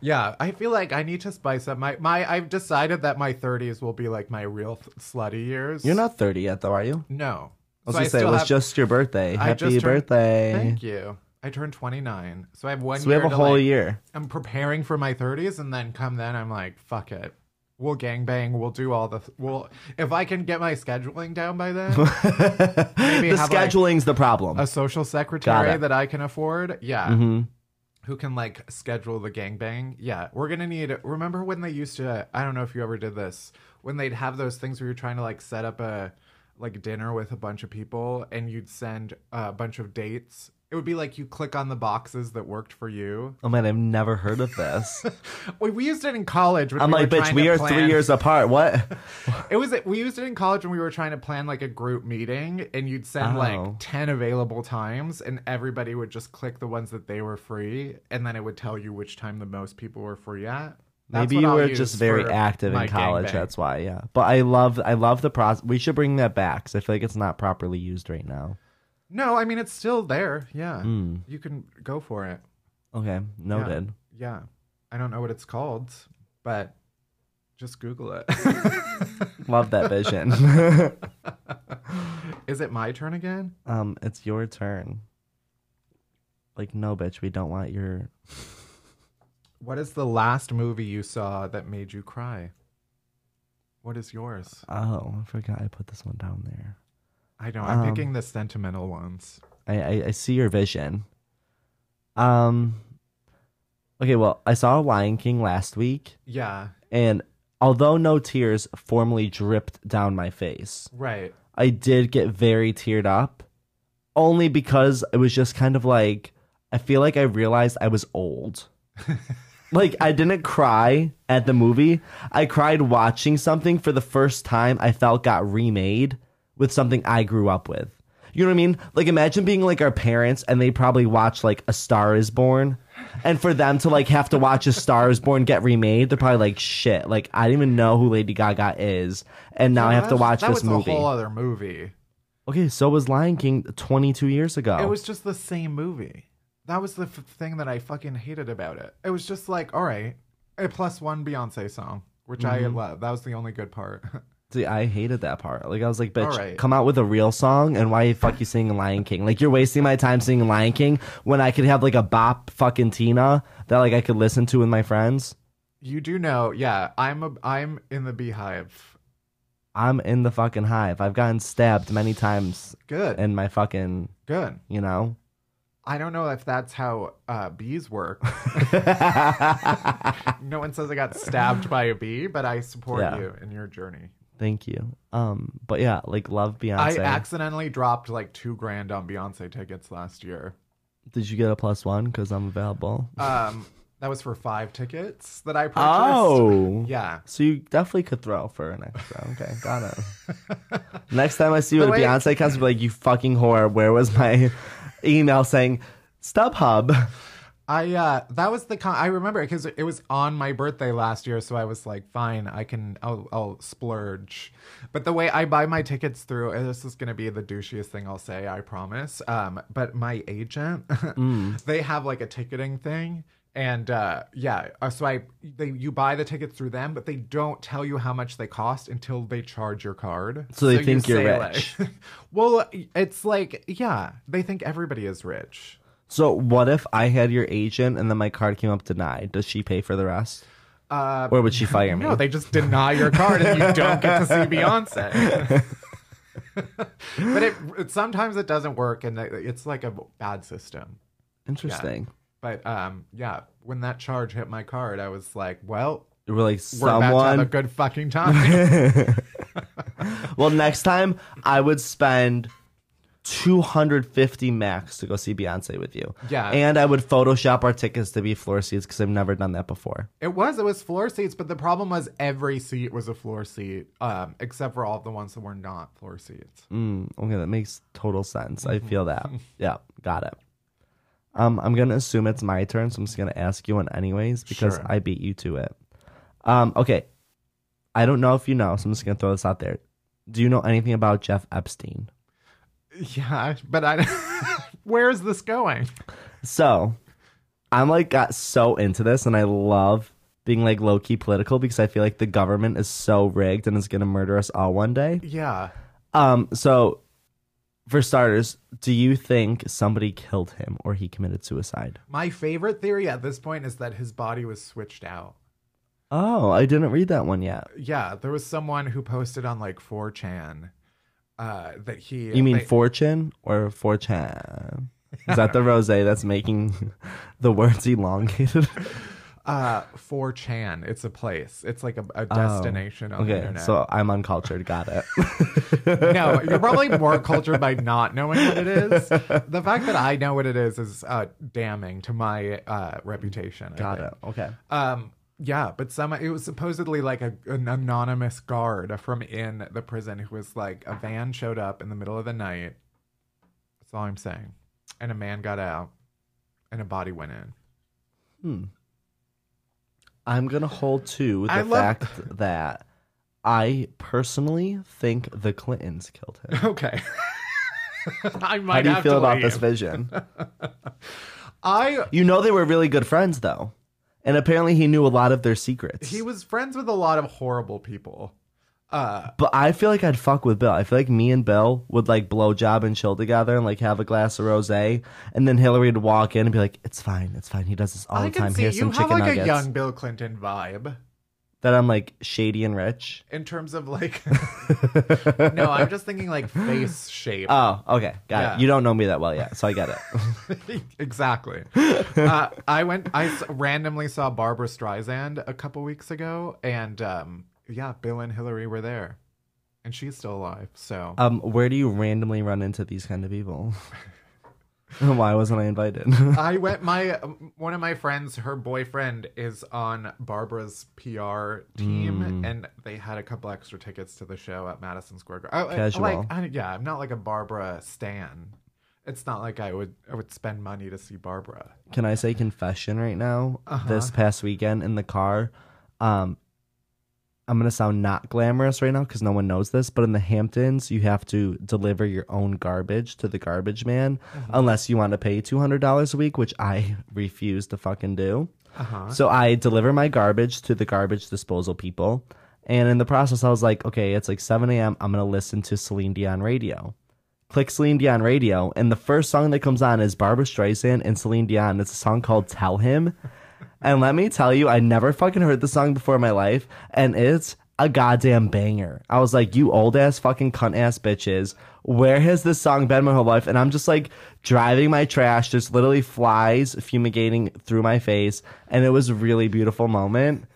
S2: Yeah, I feel like I need to spice up my my. I've decided that my thirties will be like my real th- slutty years.
S1: You're not 30 yet, though, are you?
S2: No,
S1: I was
S2: So
S1: gonna say it
S2: still
S1: was
S2: have-
S1: just your birthday.
S2: I
S1: Happy
S2: just turned-
S1: birthday!
S2: Thank you. I turned twenty nine, so I have one.
S1: So we have
S2: year
S1: a
S2: to,
S1: whole
S2: like-
S1: year.
S2: I'm preparing for my thirties, and then come then I'm like, fuck it. We'll gangbang. We'll do all the. We'll if I can get my scheduling down by then. maybe
S1: The
S2: have, like,
S1: scheduling's the problem.
S2: a social secretary
S1: it. Mm-hmm.
S2: that I can afford. Yeah. Who can like schedule the gangbang? Yeah. We're going to need, remember when they used to, I don't know if you ever did this, when they'd have those things where you're trying to like set up a like dinner with a bunch of people and you'd send a bunch of dates. It would be like you click on the boxes that worked for you.
S1: oh man, I've never heard of this.
S2: We, we used it in college. When
S1: I'm
S2: we
S1: like,
S2: were
S1: bitch,
S2: trying
S1: we
S2: to
S1: are three
S2: plan-
S1: years apart. What?
S2: It was we used it in college when we were trying to plan like a group meeting, and you'd send
S1: Oh.
S2: like ten available times, and everybody would just click the ones that they were free, and then it would tell you which time the most people were free at. That's
S1: Maybe
S2: what
S1: you
S2: I'll
S1: were
S2: use
S1: just very
S2: for
S1: active
S2: my
S1: in college.
S2: gangbang.
S1: That's why, yeah. But I love, I love the process. We should bring that back because I feel like it's not properly used right now.
S2: no, I mean it's still there. Yeah,
S1: Hmm.
S2: you can go for it.
S1: Okay,
S2: Yeah.
S1: noted.
S2: Yeah, I don't know what it's called, but just Google it.
S1: Love that vision.
S2: Is it my turn again?
S1: um, it's your turn. Like, no, bitch, we don't want your.
S2: What is the last movie you saw that made you cry? What is yours?
S1: Oh, I forgot I put this one down there.
S2: I know. I'm picking the sentimental ones.
S1: I, I, I see your vision. Um. Okay, well, I saw Lion King last week,
S2: Yeah.
S1: and although no tears formally dripped down my face,
S2: Right.
S1: I did get very teared up, only because it was just kind of like I feel like I realized I was old. like I didn't cry at the movie. I cried watching something for the first time I felt got remade with something I grew up with. You know what I mean? Like imagine being like our parents and they probably watch like A Star is Born. And for them to like have to watch A Star is Born get remade, they're probably like shit. Like I didn't even know who Lady Gaga is, and now I have to
S2: That was-
S1: watch
S2: that
S1: this
S2: was
S1: movie.
S2: a whole other movie.
S1: Okay, so was Lion King 22 years ago.
S2: It was just the same movie. That was the f- thing that I fucking hated about it. It was just like, all right, a plus one Beyonce song, which I
S1: Mm-hmm.
S2: love. That was the only good part.
S1: See, I hated that part. Like, I was like, bitch,
S2: Alright.
S1: come out with a real song, and why the fuck you singing Lion King? Like, you're wasting my time singing Lion King when I could have, like, a bop fucking Tina that, like, I could listen to with my friends.
S2: you do know, yeah, I'm a, I'm in the beehive.
S1: I'm in the fucking hive. I've gotten stabbed many times
S2: Good,
S1: in my fucking,
S2: good.
S1: you know.
S2: I don't know if that's how uh, bees work. no one says I got stabbed by a bee, but I support
S1: Yeah.
S2: you in your journey.
S1: Thank you. Um, but yeah, like, love
S2: I
S1: Beyonce.
S2: accidentally dropped like two grand on Beyonce tickets last year.
S1: Did you get a plus one? Because I'm available.
S2: Um, that was for five tickets that I purchased.
S1: Oh.
S2: yeah.
S1: So you definitely could throw for an extra. Okay, got it. Next time I see you at
S2: But
S1: a
S2: wait.
S1: Beyonce concert, be like, you fucking whore, where was my email saying StubHub?
S2: I uh that was the con- I remember because it was on my birthday last year, so I was like, fine, I can I'll, I'll splurge. But the way I buy my tickets through, and this is gonna be the douchiest thing I'll say, I promise. Um, but my agent,
S1: Mm.
S2: they have like a ticketing thing. And uh, yeah, uh, so I they you buy the tickets through them, but they don't tell you how much they cost until they charge your card.
S1: So they
S2: you
S1: think you're
S2: say,
S1: rich.
S2: like- well, it's like yeah, they think everybody is rich.
S1: So what if I had your agent and then my card came up denied? Does she pay for the rest?
S2: Uh,
S1: Or would she fire me?
S2: No, they just deny your card and you don't get to see Beyonce. but it, it sometimes it doesn't work, and it- it's like a bad system.
S1: Interesting.
S2: But um, yeah, when that charge hit my card, I was like, "Well,
S1: We're like
S2: we're about to have a
S1: someone.
S2: good fucking time."
S1: Well, next time I would spend 250 max to go see Beyonce with you.
S2: Yeah.
S1: And I would Photoshop our tickets to be floor seats because I've never done that before.
S2: it was it was floor seats, but the problem was every seat was a floor seat, um, except for all of the ones that were not floor seats.
S1: Mm, okay, that makes total sense. I feel that. Yeah, got it. Um, I'm gonna assume it's my turn, so I'm just gonna ask you one anyways because
S2: Sure.
S1: I beat you to it. Um, okay. I don't know if you know, so I'm just gonna throw this out there. Do you know anything about Jeff Epstein?
S2: Yeah, but I. Where is this going?
S1: So, I'm like got so into this, and I love being like low key political because I feel like the government is so rigged and is gonna murder us all one day.
S2: Yeah.
S1: Um, so for starters, do you think somebody killed him or he committed suicide?
S2: My favorite theory at this point is that his body was switched out.
S1: Oh, I didn't read that one yet.
S2: Yeah, there was someone who posted on like 4chan uh, that he.
S1: You mean
S2: they-
S1: fortune or fortune? Is that the rose that's making the words elongated?
S2: uh, 4chan? It's a place. It's like a, a destination on the
S1: Oh, okay,
S2: internet.
S1: so I'm uncultured. Got it.
S2: no, you're probably more cultured by not knowing what it is. The fact that I know what it is is uh, damning to my uh, reputation. I
S1: Got
S2: think.
S1: it. Okay.
S2: Um, yeah, but some it was supposedly like a, an anonymous guard from in the prison who was like a van showed up in the middle of the night. That's all I'm saying. And a man got out, and a body went in.
S1: I'm gonna hold to the
S2: I love-
S1: fact that I personally think the Clintons killed him.
S2: Okay. I might
S1: How do you
S2: have
S1: feel
S2: to
S1: about
S2: leave.
S1: this vision?
S2: I
S1: You know they were really good friends though. And apparently he knew a lot of their secrets.
S2: he was friends with a lot of horrible people. Uh,
S1: But I feel like I'd fuck with Bill. I feel like me and Bill would like blow job and chill together and like have a glass of rosé, and then Hillary would walk in and be like, "It's fine, it's fine. He does this all
S2: I
S1: the
S2: can
S1: time.
S2: see
S1: Here's
S2: you
S1: some
S2: have
S1: chicken
S2: like
S1: nuggets."
S2: a young Bill Clinton vibe
S1: That I'm like shady and rich.
S2: in terms of like. no, I'm just thinking like face shape.
S1: Oh, okay, got
S2: Yeah.
S1: it. You don't know me that well yet, so I get it.
S2: exactly. Uh, I went. I s- randomly saw Barbara Streisand a couple weeks ago, and um, yeah, Bill and Hillary were there, and she's still alive. So
S1: um, where do you randomly run into these kind of people? Why wasn't I invited?
S2: I went. My um, one of my friends, her boyfriend is on Barbara's PR team, and they had a couple extra tickets to the show at Madison Square Garden.
S1: Casual.
S2: Like, I, yeah, I'm not like a Barbara stan. It's not like I would I would spend money to see Barbara.
S1: Can I say confession right now? This past weekend in the car, um, I'm gonna sound not glamorous right now because no one knows this, but in the Hamptons, you have to deliver your own garbage to the garbage man unless you want to pay two hundred dollars a week, which I refuse to fucking do.
S2: Uh-huh.
S1: So I deliver my garbage to the garbage disposal people, and in the process, I was like, okay, it's like seven a.m. I'm gonna listen to Celine Dion radio click Celine Dion radio, and the first song that comes on is Barbara Streisand and Celine Dion. It's a song called Tell Him. And let me tell you, I never fucking heard the song before in my life, and it's a goddamn banger. I was like, you old ass fucking cunt ass bitches, where has this song been my whole life? And I'm just like driving my trash, just literally flies fumigating through my face, and it was a really beautiful moment.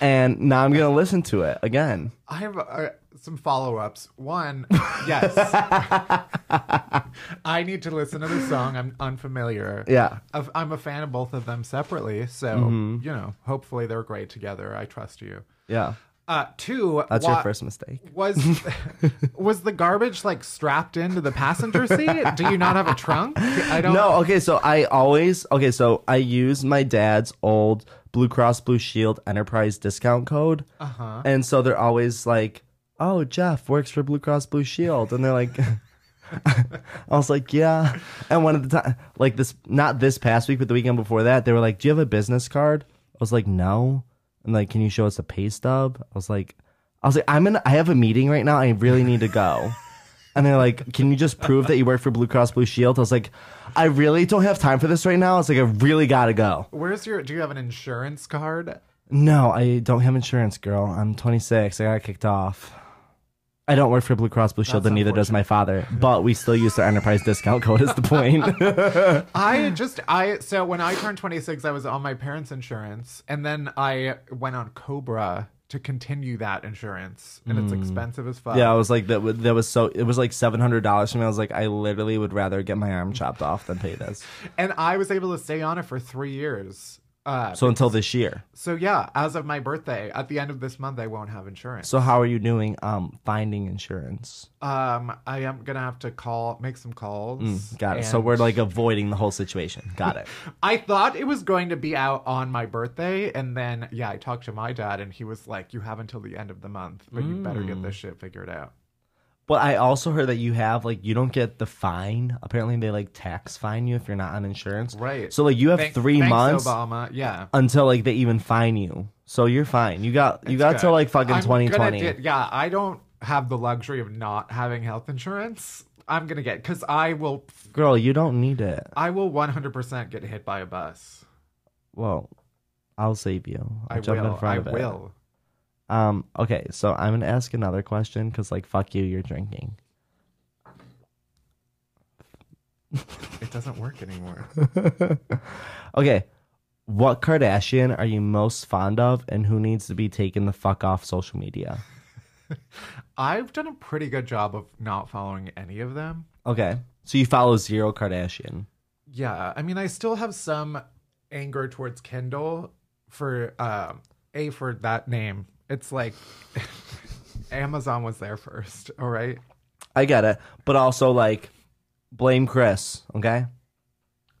S1: And now I'm gonna listen to it again.
S2: I have uh, some follow ups. One, yes, I need to listen to the song. I'm unfamiliar.
S1: Yeah. Mm-hmm.
S2: Of- I'm a fan of both of them separately, so you know, hopefully they're great together. I trust you.
S1: Yeah.
S2: Uh, two.
S1: That's your
S2: wha-
S1: first mistake.
S2: Was was the garbage like strapped into the passenger seat? Do you not have a trunk? I don't.
S1: No, okay, so I always okay, so I use my dad's old Blue Cross Blue Shield enterprise discount code. Uh-huh. And so they're always like, "Oh, Jeff works for Blue Cross Blue Shield." And they're like I was like, "Yeah." And one of the time like this not this past week, but the weekend before that, they were like, "Do you have a business card?" I was like, "No." And like, "Can you show us a pay stub?" I was like I was like, "I'm in I have a meeting right now. I really need to go." And they're like, "Can you just prove that you work for Blue Cross Blue Shield?" I was like, "I really don't have time for this right now." I was like, "I really gotta go."
S2: Where's your? Do you have an insurance card?
S1: No, I don't have insurance, girl. I'm 26. I got kicked off. I don't work for Blue Cross Blue Shield, and neither does my father. But we still use their enterprise discount code. Is the point?
S2: I just I so when I turned 26 I was on my parents insurance and then I went on Cobra to continue that insurance and it's expensive as fuck.
S1: Hmm. yeah, I was like that. w- That was so. It was like seven hundred dollars for me. I was like, I literally would rather get my arm chopped off than pay this.
S2: And I was able to stay on it for 3 years. Uh
S1: So until this year.
S2: so yeah, as of my birthday at the end of this month I won't have insurance.
S1: So how are you doing? Um, finding insurance.
S2: um I am going to have to call make some calls.
S1: Mm, Got it. So
S2: and-
S1: we're like avoiding the whole situation. Got it.
S2: I thought it was going to be out on my birthday, and then yeah, I talked to my dad, and he was like, "You have until the end of the month, but you better
S1: Mm.
S2: get this shit figured out."
S1: But I also heard that you have like you don't get the fine. Apparently, they like tax fine you if you're not on insurance.
S2: Right.
S1: So like you have
S2: Thank-
S1: three
S2: thanks,
S1: months
S2: Obama. Yeah.
S1: until like they even fine you. So you're fine. You got you got
S2: Good.
S1: till like fucking
S2: I'm
S1: twenty
S2: gonna
S1: twenty.
S2: di- yeah, I don't have the luxury of not having health insurance. I'm gonna get because I will,
S1: Girl, you don't need it.
S2: I will 100% get hit by a bus.
S1: Well, I'll save you. I'll
S2: I
S1: jump
S2: will.
S1: in front
S2: I
S1: of it.
S2: will.
S1: Um. Okay. So I'm gonna ask another question because like fuck you, you're drinking.
S2: It doesn't work anymore.
S1: Okay. What Kardashian are you most fond of, and who needs to be taken the fuck off social media?
S2: I've done a pretty good job of not following any of them.
S1: Okay. So you follow zero Kardashian.
S2: Yeah, I mean, I still have some anger towards Kendall for um a for that name. It's like Amazon was there first. All right.
S1: I get it, but also like blame Chris, okay?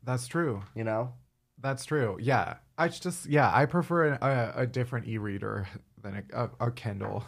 S2: That's true.
S1: You know?
S2: That's true. Yeah. I just, yeah, I prefer an, a, a different e reader than a, a, a Kindle.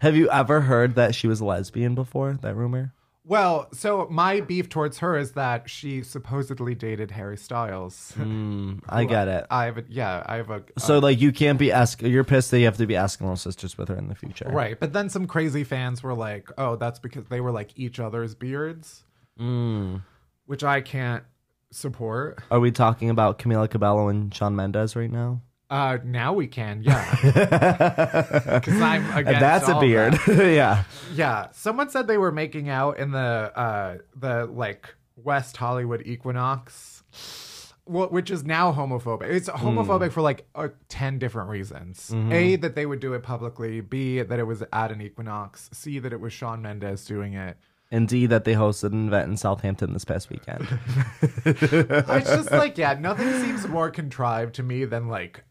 S1: Have you ever heard that she was a lesbian before? That rumor?
S2: Well, so my beef towards her is that she supposedly dated Harry Styles.
S1: Mm. I get it.
S2: I have a, yeah, I have a
S1: So like you can't be ask. You're pissed that you have to be Eskimo sisters with her in the future.
S2: right, but then some crazy fans were like, "Oh, that's because they were like each other's beards,"
S1: Mm.
S2: which I can't support.
S1: Are we talking about Camila Cabello and Sean Mendes right now?
S2: Uh, now we can, yeah, because I'm against
S1: That's a
S2: all that.
S1: beard. yeah.
S2: Yeah, someone said they were making out in the uh the like West Hollywood Equinox, wh- which is now homophobic. It's homophobic for like uh, ten different reasons: a that they would do it publicly, b that it was at an Equinox, c that it was Sean Mendes doing it.
S1: Indeed, that they hosted an event in Southampton this past weekend.
S2: It's just like yeah, nothing seems more contrived to me than like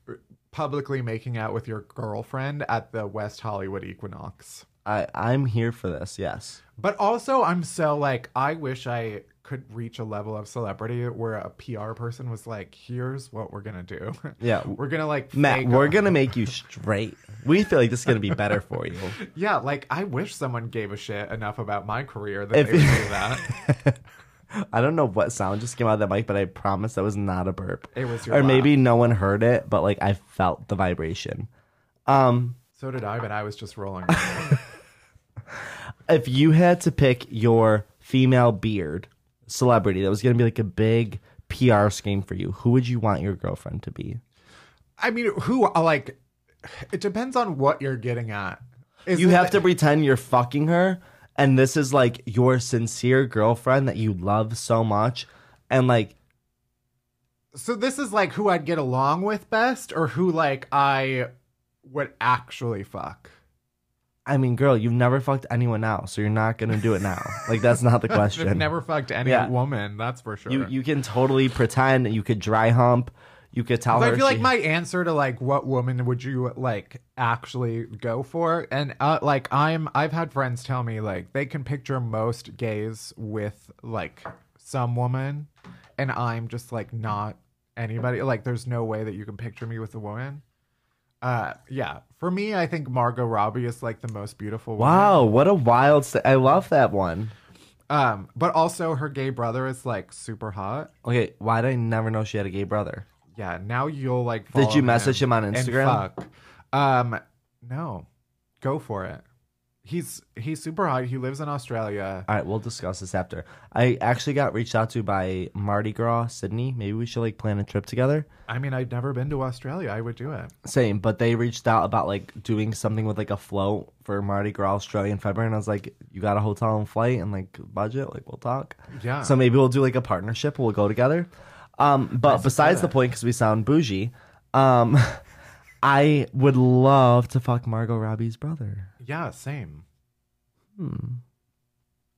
S2: publicly making out with your girlfriend at the West Hollywood Equinox.
S1: I I'm here for this. Yes.
S2: But also, I'm so like, I wish I could reach a level of celebrity where a PR person was like, here's what we're going to do.
S1: Yeah.
S2: we're going to like,
S1: Matt,
S2: fake-
S1: we're gonna make you straight. We feel like this is gonna be better for you.
S2: yeah, like, I wish someone gave a shit enough about my career that they would do that.
S1: I don't know what sound just came out of that mic, but I promise that was not a burp.
S2: It was your
S1: or
S2: laugh.
S1: maybe no one heard it, but like I felt the vibration.
S2: So did I, but I was just rolling. my eyes.
S1: If you had to pick your female beard celebrity that was gonna be like a big PR scheme for you, who would you want your girlfriend to be?
S2: I mean, who, like, it depends on what you're getting at. Is
S1: You
S2: it-
S1: have to pretend you're fucking her, and this is like your sincere girlfriend that you love so much, and like
S2: So this is like who I'd get along with best or who, like, I would actually fuck.
S1: I mean, girl, you've never fucked anyone else, so you're not gonna do it now. Like that's not the
S2: I've
S1: question.
S2: never fucked any
S1: Yeah.
S2: woman, that's for sure.
S1: you you can totally pretend you could dry hump. You could tell her.
S2: I feel like
S1: she-
S2: my answer to like what woman would you like actually go for, and uh, like I'm I've had friends tell me like they can picture most gays with like some woman, and I'm just like not anybody. Like there's no way that you can picture me with a woman. Uh, yeah. For me, I think Margot Robbie is like the most beautiful. Woman.
S1: Wow, what a wild! St- I love that one.
S2: Um, but also her gay brother is like super hot.
S1: Okay, why did I never know she had a gay brother?
S2: Yeah, now you'll like.
S1: Did
S2: follow
S1: you message him on
S2: and
S1: Instagram?
S2: fuck. Um, no, go for it. He's he's super hot. He lives in Australia.
S1: All right, we'll discuss this after. I actually got reached out to by Mardi Gras Sydney. Maybe we should like plan a trip together.
S2: I mean, I've never been to Australia. I would do it.
S1: Same, but they reached out about like doing something with like a float for Mardi Gras Australian February, and I was like, "You got a hotel and flight and like budget? Like we'll talk."
S2: Yeah.
S1: So maybe we'll do like a partnership. We'll go together. Um, but besides the point, because we sound bougie, um, I would love to fuck Margot Robbie's brother.
S2: Yeah, same.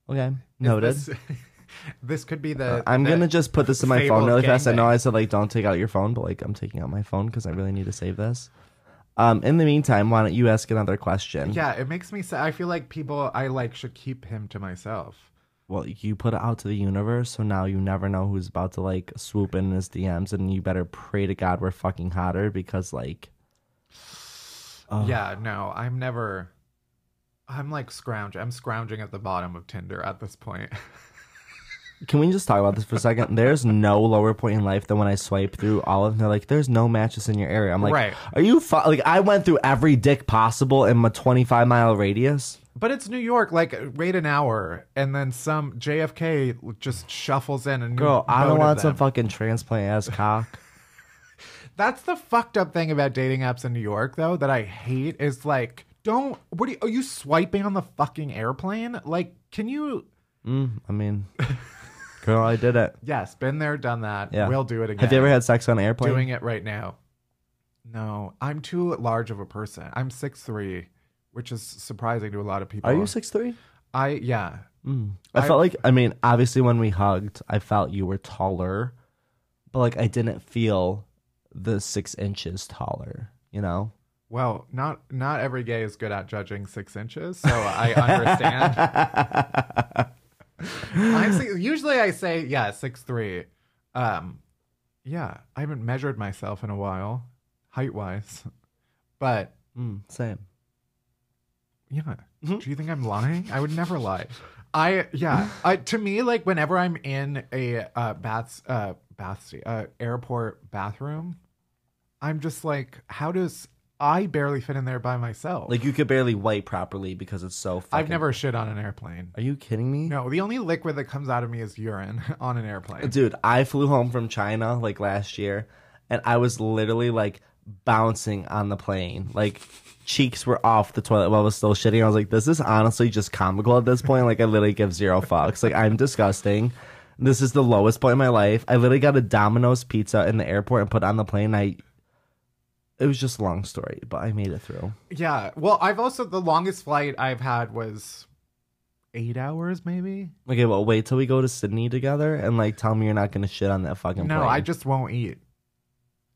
S1: Okay, noted.
S2: This, this could be the.
S1: Uh, I'm
S2: the-
S1: gonna just put this in my phone
S2: fabled
S1: really fast. I know
S2: gangbang.
S1: I said like don't take out your phone, but like I'm taking out my phone because I really need to save this. Um, in the meantime, why don't you ask another question?
S2: Yeah, it makes me. Sad. I feel like people. I like should keep him to myself.
S1: Well, you put it out to the universe, so now you never know who's about to like swoop in his DMs, and you better pray to God we're fucking hotter because like
S2: Yeah, no, I'm never. I'm like scrounge. I'm scrounging at the bottom of Tinder at this point.
S1: Can we just talk about this for a second? There's no lower point in life than when I swipe through all of them. They're like, there's no matches in your area. I'm like,
S2: Right.
S1: are you fu-? like? I went through every dick possible in my 25 mile radius.
S2: But it's New York. Like, uh, wait an hour, and then some JFK just shuffles in and
S1: Girl, Mm, I don't want some fucking transplant ass cock.
S2: That's the fucked up thing about dating apps in New York, though, that I hate is like, don't. What are you, are you swiping on the fucking airplane? Like, can you?
S1: I mean, girl, I did it.
S2: Yes, been there, done that.
S1: Yeah.
S2: We'll do it again.
S1: Have you ever had sex on an airplane?
S2: doing it right now? No, I'm too large of a person. I'm six three, which is surprising to a lot of people.
S1: are you six three?
S2: I yeah.
S1: Mm. I felt like I mean, obviously when we hugged, I felt you were taller, but like I didn't feel the six inches taller. You know.
S2: Well, not not every gay is good at judging six inches, so I understand. I'm si- usually I say yeah, six three. Um, yeah, I haven't measured myself in a while, height wise, but
S1: Mm, same.
S2: yeah. Do you think I'm lying? I would never lie. I yeah. I, to me, like whenever I'm in a uh, baths uh, bath uh, airport bathroom, I'm just like, how does I barely fit in there by myself?
S1: Like you could barely wipe properly because it's so. Fucking...
S2: I've never shit on an airplane.
S1: Are you kidding me?
S2: No, the only liquid that comes out of me is urine on an airplane.
S1: Dude, I flew home from China like last year, and I was literally like bouncing on the plane, like. Cheeks were off the toilet while I was still shitting. I was like, "This is honestly just comical at this point." Like, I literally give zero fucks. Like, I'm disgusting. This is the lowest point in my life. I literally got a Domino's pizza in the airport and put it on the plane. I it was just a long story, but I made it through.
S2: Yeah. Well, I've also the longest flight I've had was eight hours, maybe.
S1: Okay, well, wait till we go to Sydney together and like tell me you're not gonna shit on that fucking.
S2: No,
S1: plane.
S2: I just won't eat.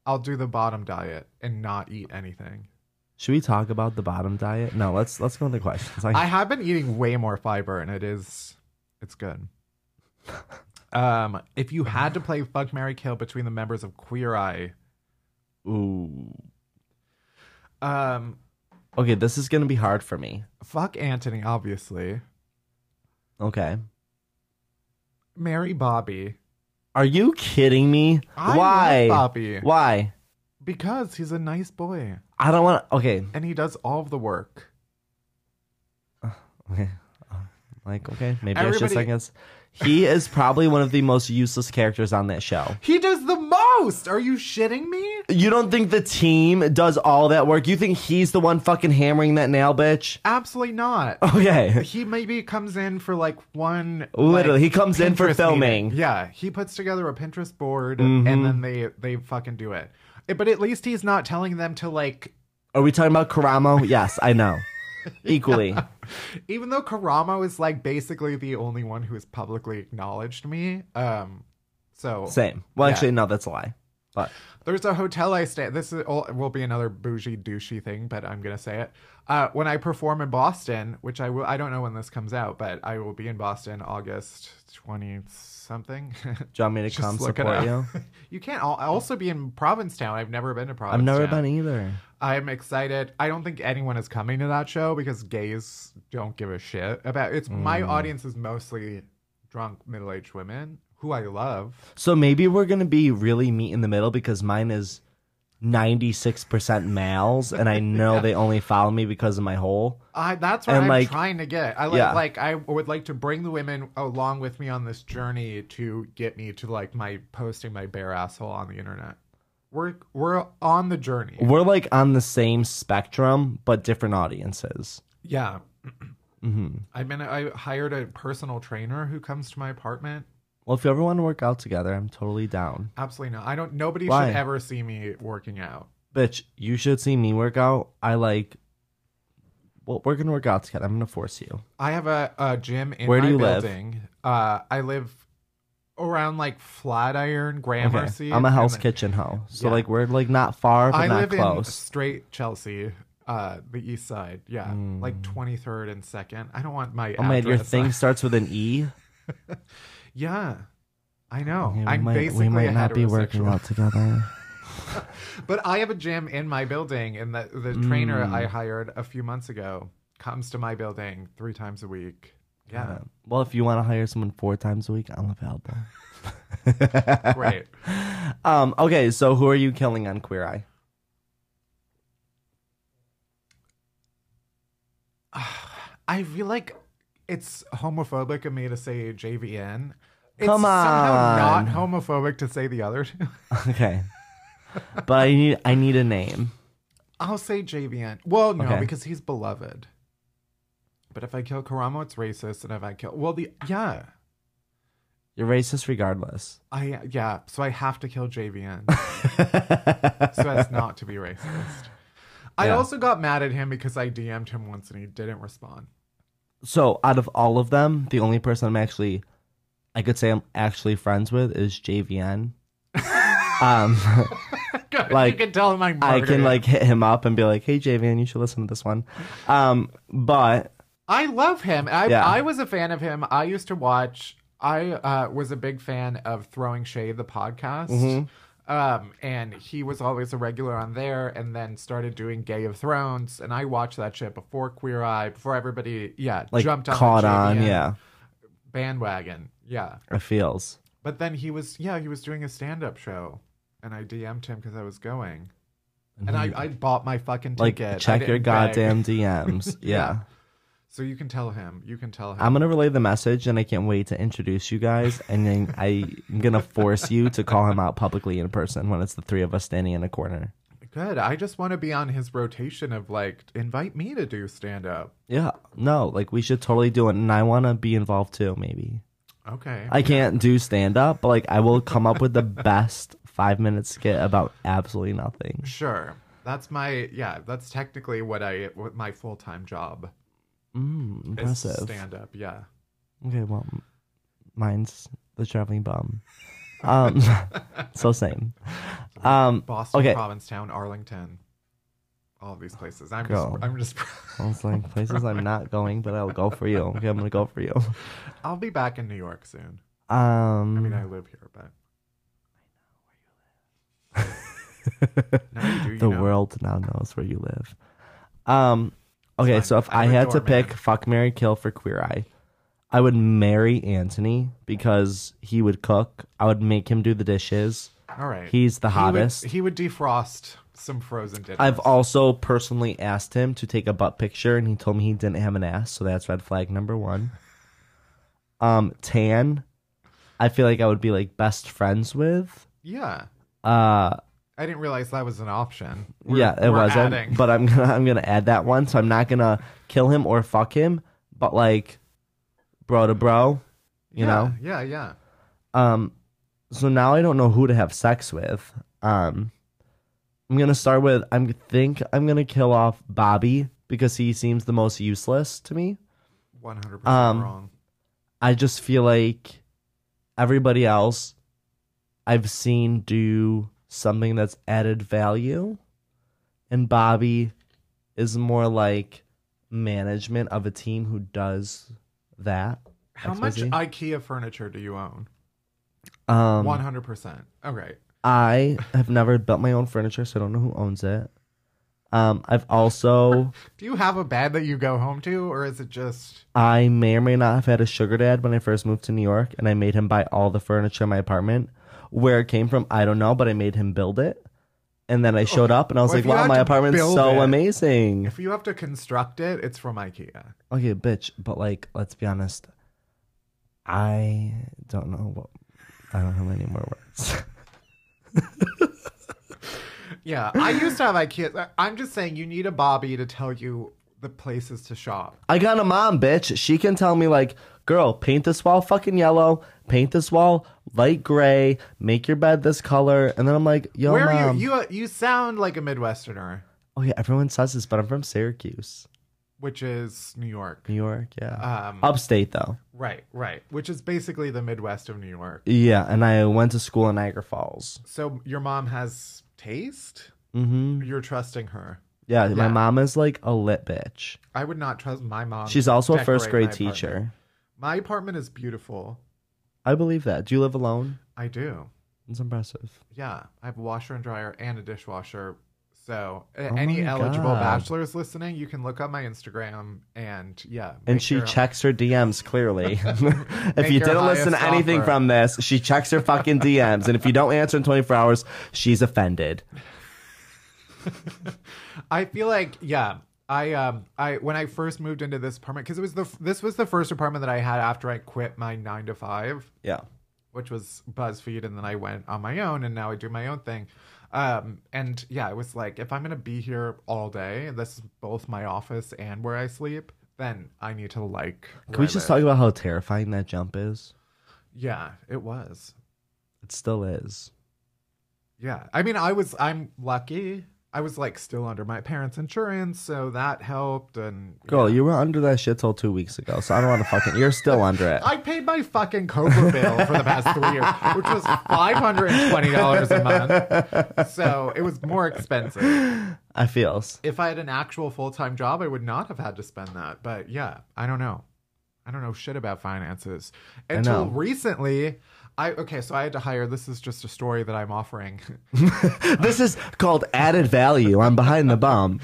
S2: I'll do the bottom diet and not eat anything.
S1: Should we talk about the bottom diet? No, let's let's go to the questions.
S2: I have been eating way more fiber, and it is it's good. um, if you had to play fuck Mary Kill between the members of Queer Eye,
S1: ooh,
S2: um,
S1: okay, this is gonna be hard for me.
S2: fuck Anthony, obviously.
S1: Okay,
S2: Marry Bobby.
S1: are you kidding me?
S2: I
S1: Why?
S2: love Bobby
S1: Why?
S2: because he's a nice boy
S1: I don't want. Okay,
S2: and he does all of the work.
S1: okay, Uh, like okay, maybe I should
S2: Everybody-
S1: say this. He is probably one of the most useless characters on that show.
S2: He does the most. Are you shitting me?
S1: You don't think the team does all that work? You think he's the one fucking hammering that nail, bitch?
S2: Absolutely not.
S1: Okay.
S2: He maybe comes in for like one.
S1: Literally, he
S2: like,
S1: comes in for
S2: Pinterest
S1: filming. Mm-hmm.
S2: meeting. Yeah, he puts together a Pinterest board and then they they fucking do it. Eh, But at least he's not telling them to like.
S1: Are we talking about Karamo? Yes, I know. Equally.
S2: Even though Karamo is like basically the only one who has publicly acknowledged me. Um, so
S1: Same. Well,
S2: Yeah.
S1: actually, no, that's a lie. But
S2: There's a hotel I stay. This is, oh, will be another bougie douchey thing, but I'm gonna say it. Uh, when I perform in Boston, which I will, I don't know when this comes out, but I will be in Boston August twenty something.
S1: do you want me to
S2: Just
S1: come
S2: look it
S1: support you?
S2: up. you can't. I'll, I'll also be in Provincetown. I've never been to
S1: I've
S2: Provincetown.
S1: never been either.
S2: I'm excited. I don't think anyone is coming to that show because gays don't give a shit about. It's my
S1: Mm.
S2: audience is mostly drunk middle aged women who I love.
S1: So maybe we're gonna be really meet in the middle because mine is ninety six percent males, and I know they only follow me because of my hole.
S2: I that's what
S1: And,
S2: I'm
S1: like-
S2: trying to get. I like
S1: Yeah.
S2: like I would like to bring the women along with me on this journey to get me to like my posting my bare asshole on the internet. We're we're on the journey.
S1: We're like on the same spectrum, but different audiences.
S2: Yeah.
S1: hmm
S2: I've been I hired a personal trainer who comes to my apartment.
S1: Well, if you ever want to work out together, I'm totally down.
S2: Absolutely not. I don't nobody
S1: Why?
S2: should ever see me working out.
S1: Bitch, you should see me work out. I like. Well, we're gonna work out together. I'm gonna force you.
S2: I have a, a gym in
S1: Where do
S2: my
S1: you live?
S2: building. Uh I live around like Flatiron,
S1: Okay.
S2: Gramercy.
S1: I'm a
S2: and
S1: Hell's
S2: then-
S1: Kitchen hoe, so
S2: Yeah.
S1: like we're like not far, but
S2: I
S1: not
S2: live in
S1: close.
S2: straight Chelsea, uh, the east side. Yeah, like 23rd and 2nd. I don't want my
S1: Hmm. oh man, your
S2: address.
S1: thing starts with an E.
S2: yeah, I know.
S1: Yeah, we
S2: I'm
S1: might,
S2: basically
S1: we might
S2: a
S1: not be working
S2: heterosexual.
S1: out together.
S2: But I have a gym in my building, and the, the trainer
S1: Hmm.
S2: I hired a few months ago comes to my building three times a week. Yeah,
S1: Well, if you want to hire someone four times a week, I'm available.
S2: great.
S1: Um, okay, so who are you killing on Queer Eye?
S2: I feel like it's homophobic of me to say JVN. It's
S1: Come
S2: somehow
S1: on.
S2: not homophobic to say the other two.
S1: Okay, but I need I need a name.
S2: I'll say JVN. Well, no,
S1: Okay.
S2: because he's beloved. But if I kill Karamo, it's racist, and if I kill, well, the yeah,
S1: You're racist regardless.
S2: I yeah, so I have to kill JVN so as not to be racist. I
S1: Yeah.
S2: also got mad at him because I DM'd him once and he didn't respond.
S1: so out of all of them, the only person I'm actually I could say I'm actually friends with is JVN. um,
S2: you
S1: Like,
S2: can tell him I
S1: I
S2: murdered
S1: can
S2: him.
S1: like hit him up and be like, "Hey JVN, you should listen to this one." Um, but
S2: I love him. I
S1: Yeah.
S2: I was a fan of him. I used to watch. I uh, was a big fan of Throwing Shade, the podcast.
S1: Mm-hmm.
S2: Um, and he was always a regular on there, and then started doing Gay of Thrones, and I watched that shit before Queer Eye, before everybody, yeah,
S1: like
S2: jumped on the
S1: caught on,
S2: JVN.
S1: yeah.
S2: bandwagon. Yeah.
S1: It feels.
S2: But then he was, yeah, he was doing a stand up show. And I DM'd him because I was going. And I, I bought my fucking
S1: Like,
S2: ticket. I
S1: check your
S2: didn't beg.
S1: goddamn DMs.
S2: Yeah.
S1: yeah.
S2: So you can tell him. You can tell him.
S1: I'm gonna relay the message, and I can't wait to introduce you guys. And then I'm gonna force you to call him out publicly in person when it's the three of us standing in a corner.
S2: Good. I just want to be on his rotation of like, invite me to do stand up.
S1: Yeah, no, like we should totally do it, and I want to be involved too. Maybe
S2: Okay.
S1: I can't do stand up, but like I will come up with the best five minute skit about absolutely nothing.
S2: sure. That's my, yeah, that's technically what I, what my full time job
S1: Mm,
S2: is
S1: impressive.
S2: stand up. Yeah.
S1: Okay, well, m- mine's the traveling bum. Um, so same. Um,
S2: Boston,
S1: Okay.
S2: Provincetown, Arlington, all of these places. I'm
S1: Girl.
S2: just, I'm just,
S1: I was like places I'm not going, but I'll go for you. Okay, I'm gonna go for you.
S2: I'll be back in New York soon.
S1: Um,
S2: I mean, I live here, but now you do. You
S1: the
S2: know.
S1: world now knows where you live. Um, okay,
S2: fine.
S1: so if i
S2: I'm a
S1: had to
S2: doorman.
S1: pick fuck Mary Kill for Queer Eye, I would marry Anthony because he would cook. I would make him do the dishes.
S2: All right.
S1: He's the
S2: He would-
S1: hottest.
S2: He would, defrost some frozen dinner.
S1: I've also personally asked him to take a butt picture, and he told me he didn't have an ass, so that's red flag number one. Um, tan, I feel like I would be like best friends with.
S2: yeah.
S1: Uh,
S2: I didn't realize that was an option.
S1: yeah, it
S2: we're
S1: wasn't.
S2: adding.
S1: But I'm gonna I'm gonna add that one. So I'm not gonna kill him or fuck him, but like bro to bro, you
S2: yeah,
S1: know.
S2: Yeah, yeah.
S1: Um, so now I don't know who to have sex with. Um, I'm gonna start with I'm think I'm gonna kill off Bobby because he seems the most useless to me.
S2: One hundred
S1: Um,
S2: percent wrong.
S1: I just feel like everybody else I've seen do something that's added value. And Bobby is more like management of a team who does that.
S2: How much
S1: XYZ.
S2: IKEA furniture do you own?
S1: Um,
S2: One hundred percent. Okay.
S1: I have never built my own furniture, so I don't know who owns it. Um, I've also,
S2: Do you have a bed that you go home to, or is it just?
S1: I may or may not have had a sugar dad when I first moved to New York, and I made him buy all the furniture in my apartment. Where it came from, I don't know, but I made him build it. And then I showed up and I was
S2: Well,
S1: like,
S2: Oh, if you
S1: wow,
S2: had
S1: my
S2: to
S1: apartment's
S2: build
S1: so
S2: it-
S1: amazing.
S2: If you have to construct it, it's from IKEA.
S1: Okay, bitch, but like, let's be honest. I don't know what, I don't have any more words.
S2: Yeah, I used to have IKEA. I- I'm just saying, you need a Bobby to tell you the places to shop.
S1: I got a mom, bitch. She can tell me like, girl, paint this wall fucking yellow, paint this wall light gray, make your bed this color, and then I'm like, yo,
S2: Where are
S1: mom.
S2: you? You you sound like a Midwesterner,
S1: oh yeah, everyone says this, but I'm from Syracuse,
S2: which is New York.
S1: New York. Yeah,
S2: Um,
S1: upstate though.
S2: right, right. Which is basically the Midwest of New York.
S1: Yeah, and I went to school in Niagara Falls.
S2: So your mom has taste.
S1: hmm
S2: You're trusting her.
S1: Yeah, my
S2: Yeah.
S1: mom is like a lit bitch.
S2: I would not trust my mom.
S1: She's
S2: to
S1: also a first
S2: Um, decorate
S1: grade
S2: my apartment.
S1: teacher.
S2: My apartment is beautiful.
S1: I believe that. Do you live alone?
S2: I do.
S1: It's impressive.
S2: Yeah, I have a washer and dryer and a dishwasher. So, a-
S1: Oh
S2: any
S1: my
S2: eligible
S1: God.
S2: bachelors listening, you can look up my Instagram and yeah.
S1: And
S2: make
S1: she
S2: your-
S1: checks her DMs clearly. if
S2: Make
S1: you
S2: your
S1: didn't listen to
S2: highest
S1: anything
S2: offer.
S1: from this, she checks her fucking DMs. And if you don't answer in 24 hours, she's offended.
S2: I feel like yeah. I um I when I first moved into this apartment because it was the f- this was the first apartment that I had after I quit my nine to five.
S1: Yeah.
S2: which was BuzzFeed, and then I went on my own, and now I do my own thing. Um, and yeah, it was like if I'm gonna be here all day, and this is both my office and where I sleep, then I need to like.
S1: Can we just talk about how terrifying that jump is?
S2: Yeah, it was.
S1: It still is.
S2: Yeah, I mean, I was. I'm lucky. I was like still under my parents' insurance, so that helped. And
S1: Girl, you were under that shit till two weeks ago, so I don't want to fucking. You're still under it.
S2: I paid my fucking Cobra bill for the past three years, which was five hundred and twenty dollars a month. So it was more expensive.
S1: I feels.
S2: if I had an actual full time job, I would not have had to spend that. But yeah, I don't know. I don't know shit about finances. Until
S1: know.
S2: recently, I okay, so I had to hire this is just a story that I'm offering.
S1: This is called added value. I'm behind the bomb.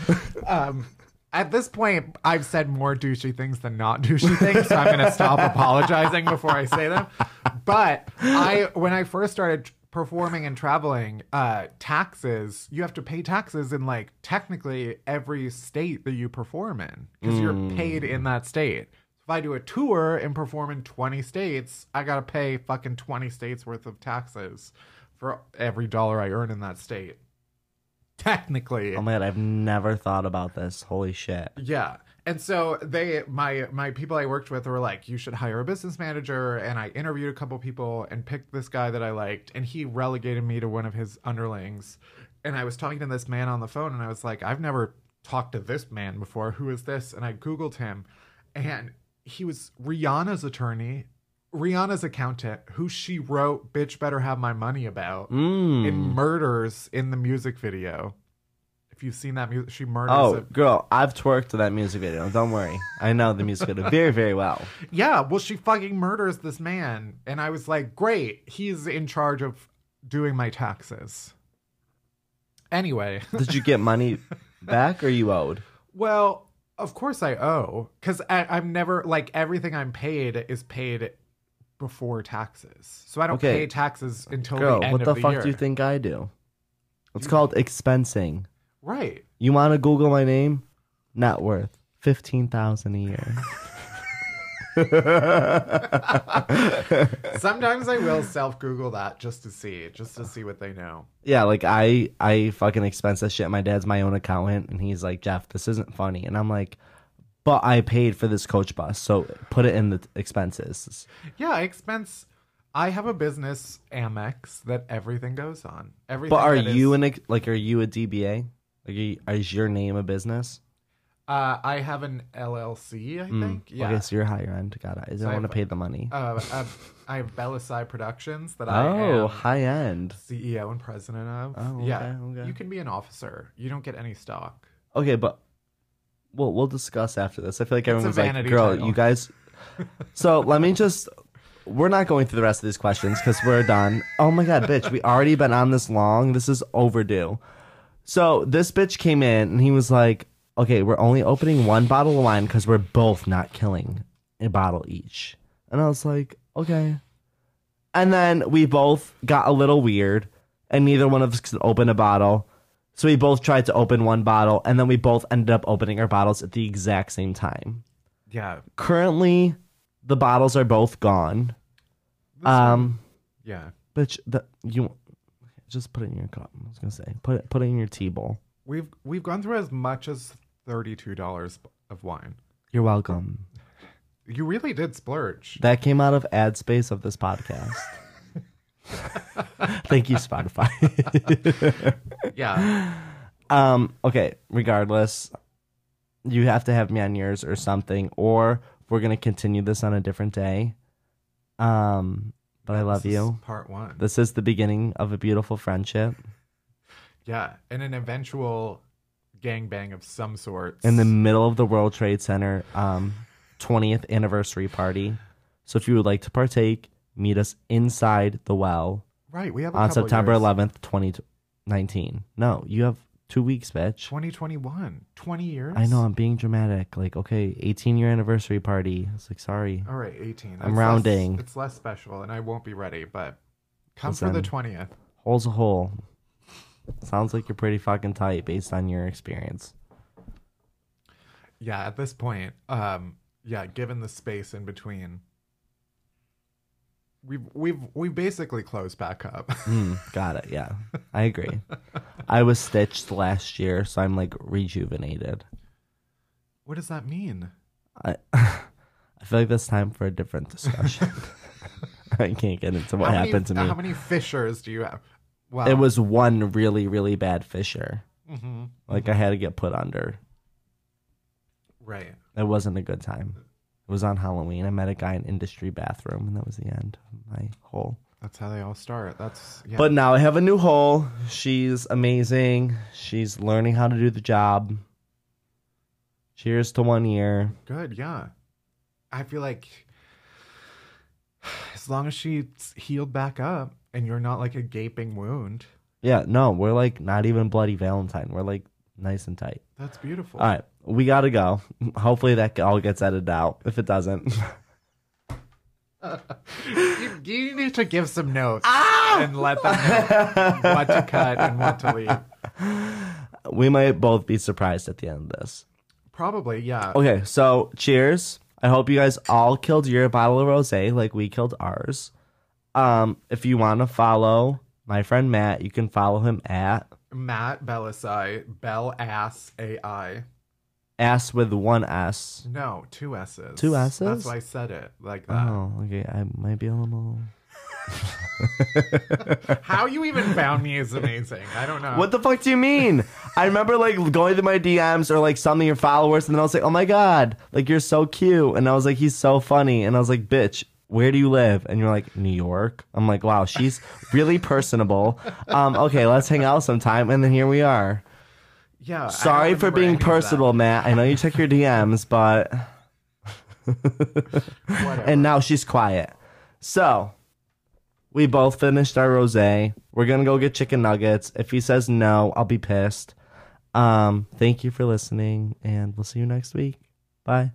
S2: um At this point, I've said more douchey things than not douchey things, so I'm going to stop apologizing before I say them. But I, when I first started performing and traveling, uh, taxes, you have to pay taxes in like technically every state that you perform in because you're paid in that state. If I do a tour and perform in 20 states, I got to pay fucking 20 states worth of taxes for every dollar I earn in that state. Technically.
S1: Oh my god, I've never thought about this. Holy shit.
S2: Yeah. And so they my my people I worked with were like, you should hire a business manager. And I interviewed a couple people and picked this guy that I liked, and he relegated me to one of his underlings. And I was talking to this man on the phone, and I was like, I've never talked to this man before. Who is this? And I Googled him, and he was Rihanna's attorney, Rihanna's accountant, who she wrote Bitch Better Have My Money about in
S1: Mm.
S2: murders in the music video. If you've seen that music, she murders
S1: Oh,
S2: a-
S1: girl, I've twerked to that music video. Don't worry. I know the music video very, very well.
S2: Yeah, well, she fucking murders this man. And I was like, great, he's in charge of doing my taxes. Anyway,
S1: Did you get money back or you owed?
S2: well, of course I owe, because I'm never, like, everything I'm paid is paid before taxes. So I don't
S1: Okay.
S2: pay taxes until
S1: Girl,
S2: the end
S1: what the,
S2: of the
S1: fuck
S2: year.
S1: do you think I do? It's called expensing.
S2: Right.
S1: You want to Google my name? Net worth fifteen thousand a year.
S2: Sometimes I will self Google that just to see, just to see what they know.
S1: yeah, like I I fucking expense this shit. My dad's my own accountant, and he's like, Jeff, this isn't funny, and I'm like, but I paid for this coach bus, so put it in the expenses.
S2: Yeah, I expense. I have a business Amex that everything goes on. Everything.
S1: But are
S2: that is-
S1: you an ex- like are you a DBA? Like are you, is your name a business?
S2: Uh, I have an LLC, Hmm, I think. Yeah.
S1: Okay, so you're higher end. Got it. I don't
S2: I
S1: want to
S2: have-
S1: pay the money.
S2: Uh, I, I have Belisai Productions that I
S1: oh,
S2: am
S1: high end.
S2: CEO and president of.
S1: Oh,
S2: yeah.
S1: okay, okay.
S2: You can be an officer. You don't get any stock.
S1: Okay, but we'll we'll discuss after this. I feel like everyone
S2: a
S1: was like,
S2: vanity
S1: "Girl,
S2: title."
S1: you guys." So let me just. We're not going through the rest of these questions because we're done. Oh my god, bitch! We already been on this long. This is overdue. So this bitch came in and he was like, "Okay, we're only opening one bottle of wine because we're both not killing a bottle each." And I was like, "Okay." And then we both got a little weird, and neither one of us could open a bottle. So we both tried to open one bottle, and then we both ended up opening our bottles at the exact same time.
S2: Yeah.
S1: Currently, the bottles are both gone. Um,
S2: Yeah.
S1: bitch, the, you just put it in your cup. I was gonna say, put it put it in your tea bowl.
S2: We've we've gone through as much as thirty-two dollars of wine.
S1: You're welcome.
S2: You really did splurge.
S1: That came out of ad space of this podcast. Thank you, Spotify.
S2: Yeah.
S1: Um, okay, regardless, you have to have me on yours or something, or we're gonna continue this on a different day. Um, but I love
S2: This is
S1: you.
S2: Part one.
S1: This is the beginning of a beautiful friendship
S2: Yeah, and an eventual gangbang of some sorts.
S1: in the middle of the World Trade Center um 20th anniversary party. So if you would like to partake, meet us inside the well
S2: right, we have a
S1: on
S2: couple
S1: September
S2: years.
S1: 11th, 2019. No, you have two weeks, bitch.
S2: 2021, 20 years.
S1: I know I'm being dramatic. Like, okay, 18 year anniversary party. It's like, sorry.
S2: All right, 18.
S1: I'm
S2: It's less-
S1: rounding.
S2: it's less special, and I won't be ready, but come for the
S1: Listen.
S2: 20th.
S1: Hole's a hole. Sounds like you're pretty fucking tight based on your experience.
S2: Yeah, at this point, um, yeah, given the space in between, we've we've we've basically closed back up.
S1: Hmm, got it. Yeah, I agree. I was stitched last year, so I'm like rejuvenated.
S2: what does that mean?
S1: I, I feel like that's time for a different discussion. I can't get into what
S2: how
S1: happened
S2: many, How
S1: to me.
S2: many fissures do you have? Wow.
S1: It was one really, really bad fissure.
S2: hmm
S1: Like I had to get put under.
S2: Right.
S1: It wasn't a good time. It was on Halloween. I met a guy in industry bathroom, and that was the end of my hole.
S2: That's how they all start. That's yeah.
S1: But now I have a new hole. She's amazing. She's learning how to do the job. Cheers to one year.
S2: Good, yeah. I feel like as long as she's healed back up and you're not like a gaping wound,
S1: Yeah, no, we're like not even bloody Valentine. We're like nice and tight.
S2: That's beautiful.
S1: All right, we gotta go. Hopefully that all gets edited out. If it doesn't,
S2: You, you need to give some notes and let them know what to cut and what to leave.
S1: we might both be surprised at the end of this.
S2: Probably, yeah.
S1: Okay, so cheers. I hope you guys all killed your bottle of rosé like we killed ours. Um, if you want to follow my friend Matt, you can follow him at
S2: Matt Belisai, Bell Ass AI.
S1: ass with one s.
S2: No, two S's.
S1: Two S's?
S2: That's why I said it like that.
S1: Oh, okay. I might be a little.
S2: How you even found me is amazing. I don't know.
S1: What the fuck do you mean? I remember like going to my DMs or like some of your followers, and then I was like, "Oh my god, like you're so cute," and I was like, "He's so funny," and I was like, "Bitch." Where do you live? And you're like New York. I'm like, wow, she's really personable. Um, okay, let's hang out sometime. And then here we are.
S2: Yeah. I don't
S1: Sorry for
S2: remember any
S1: being
S2: of that.
S1: personal, Matt. I know you check your DMs, but
S2: Whatever.
S1: and now she's quiet. So we both finished our rosé. We're gonna go get chicken nuggets. If he says no, I'll be pissed. Um, thank you for listening, and we'll see you next week. Bye.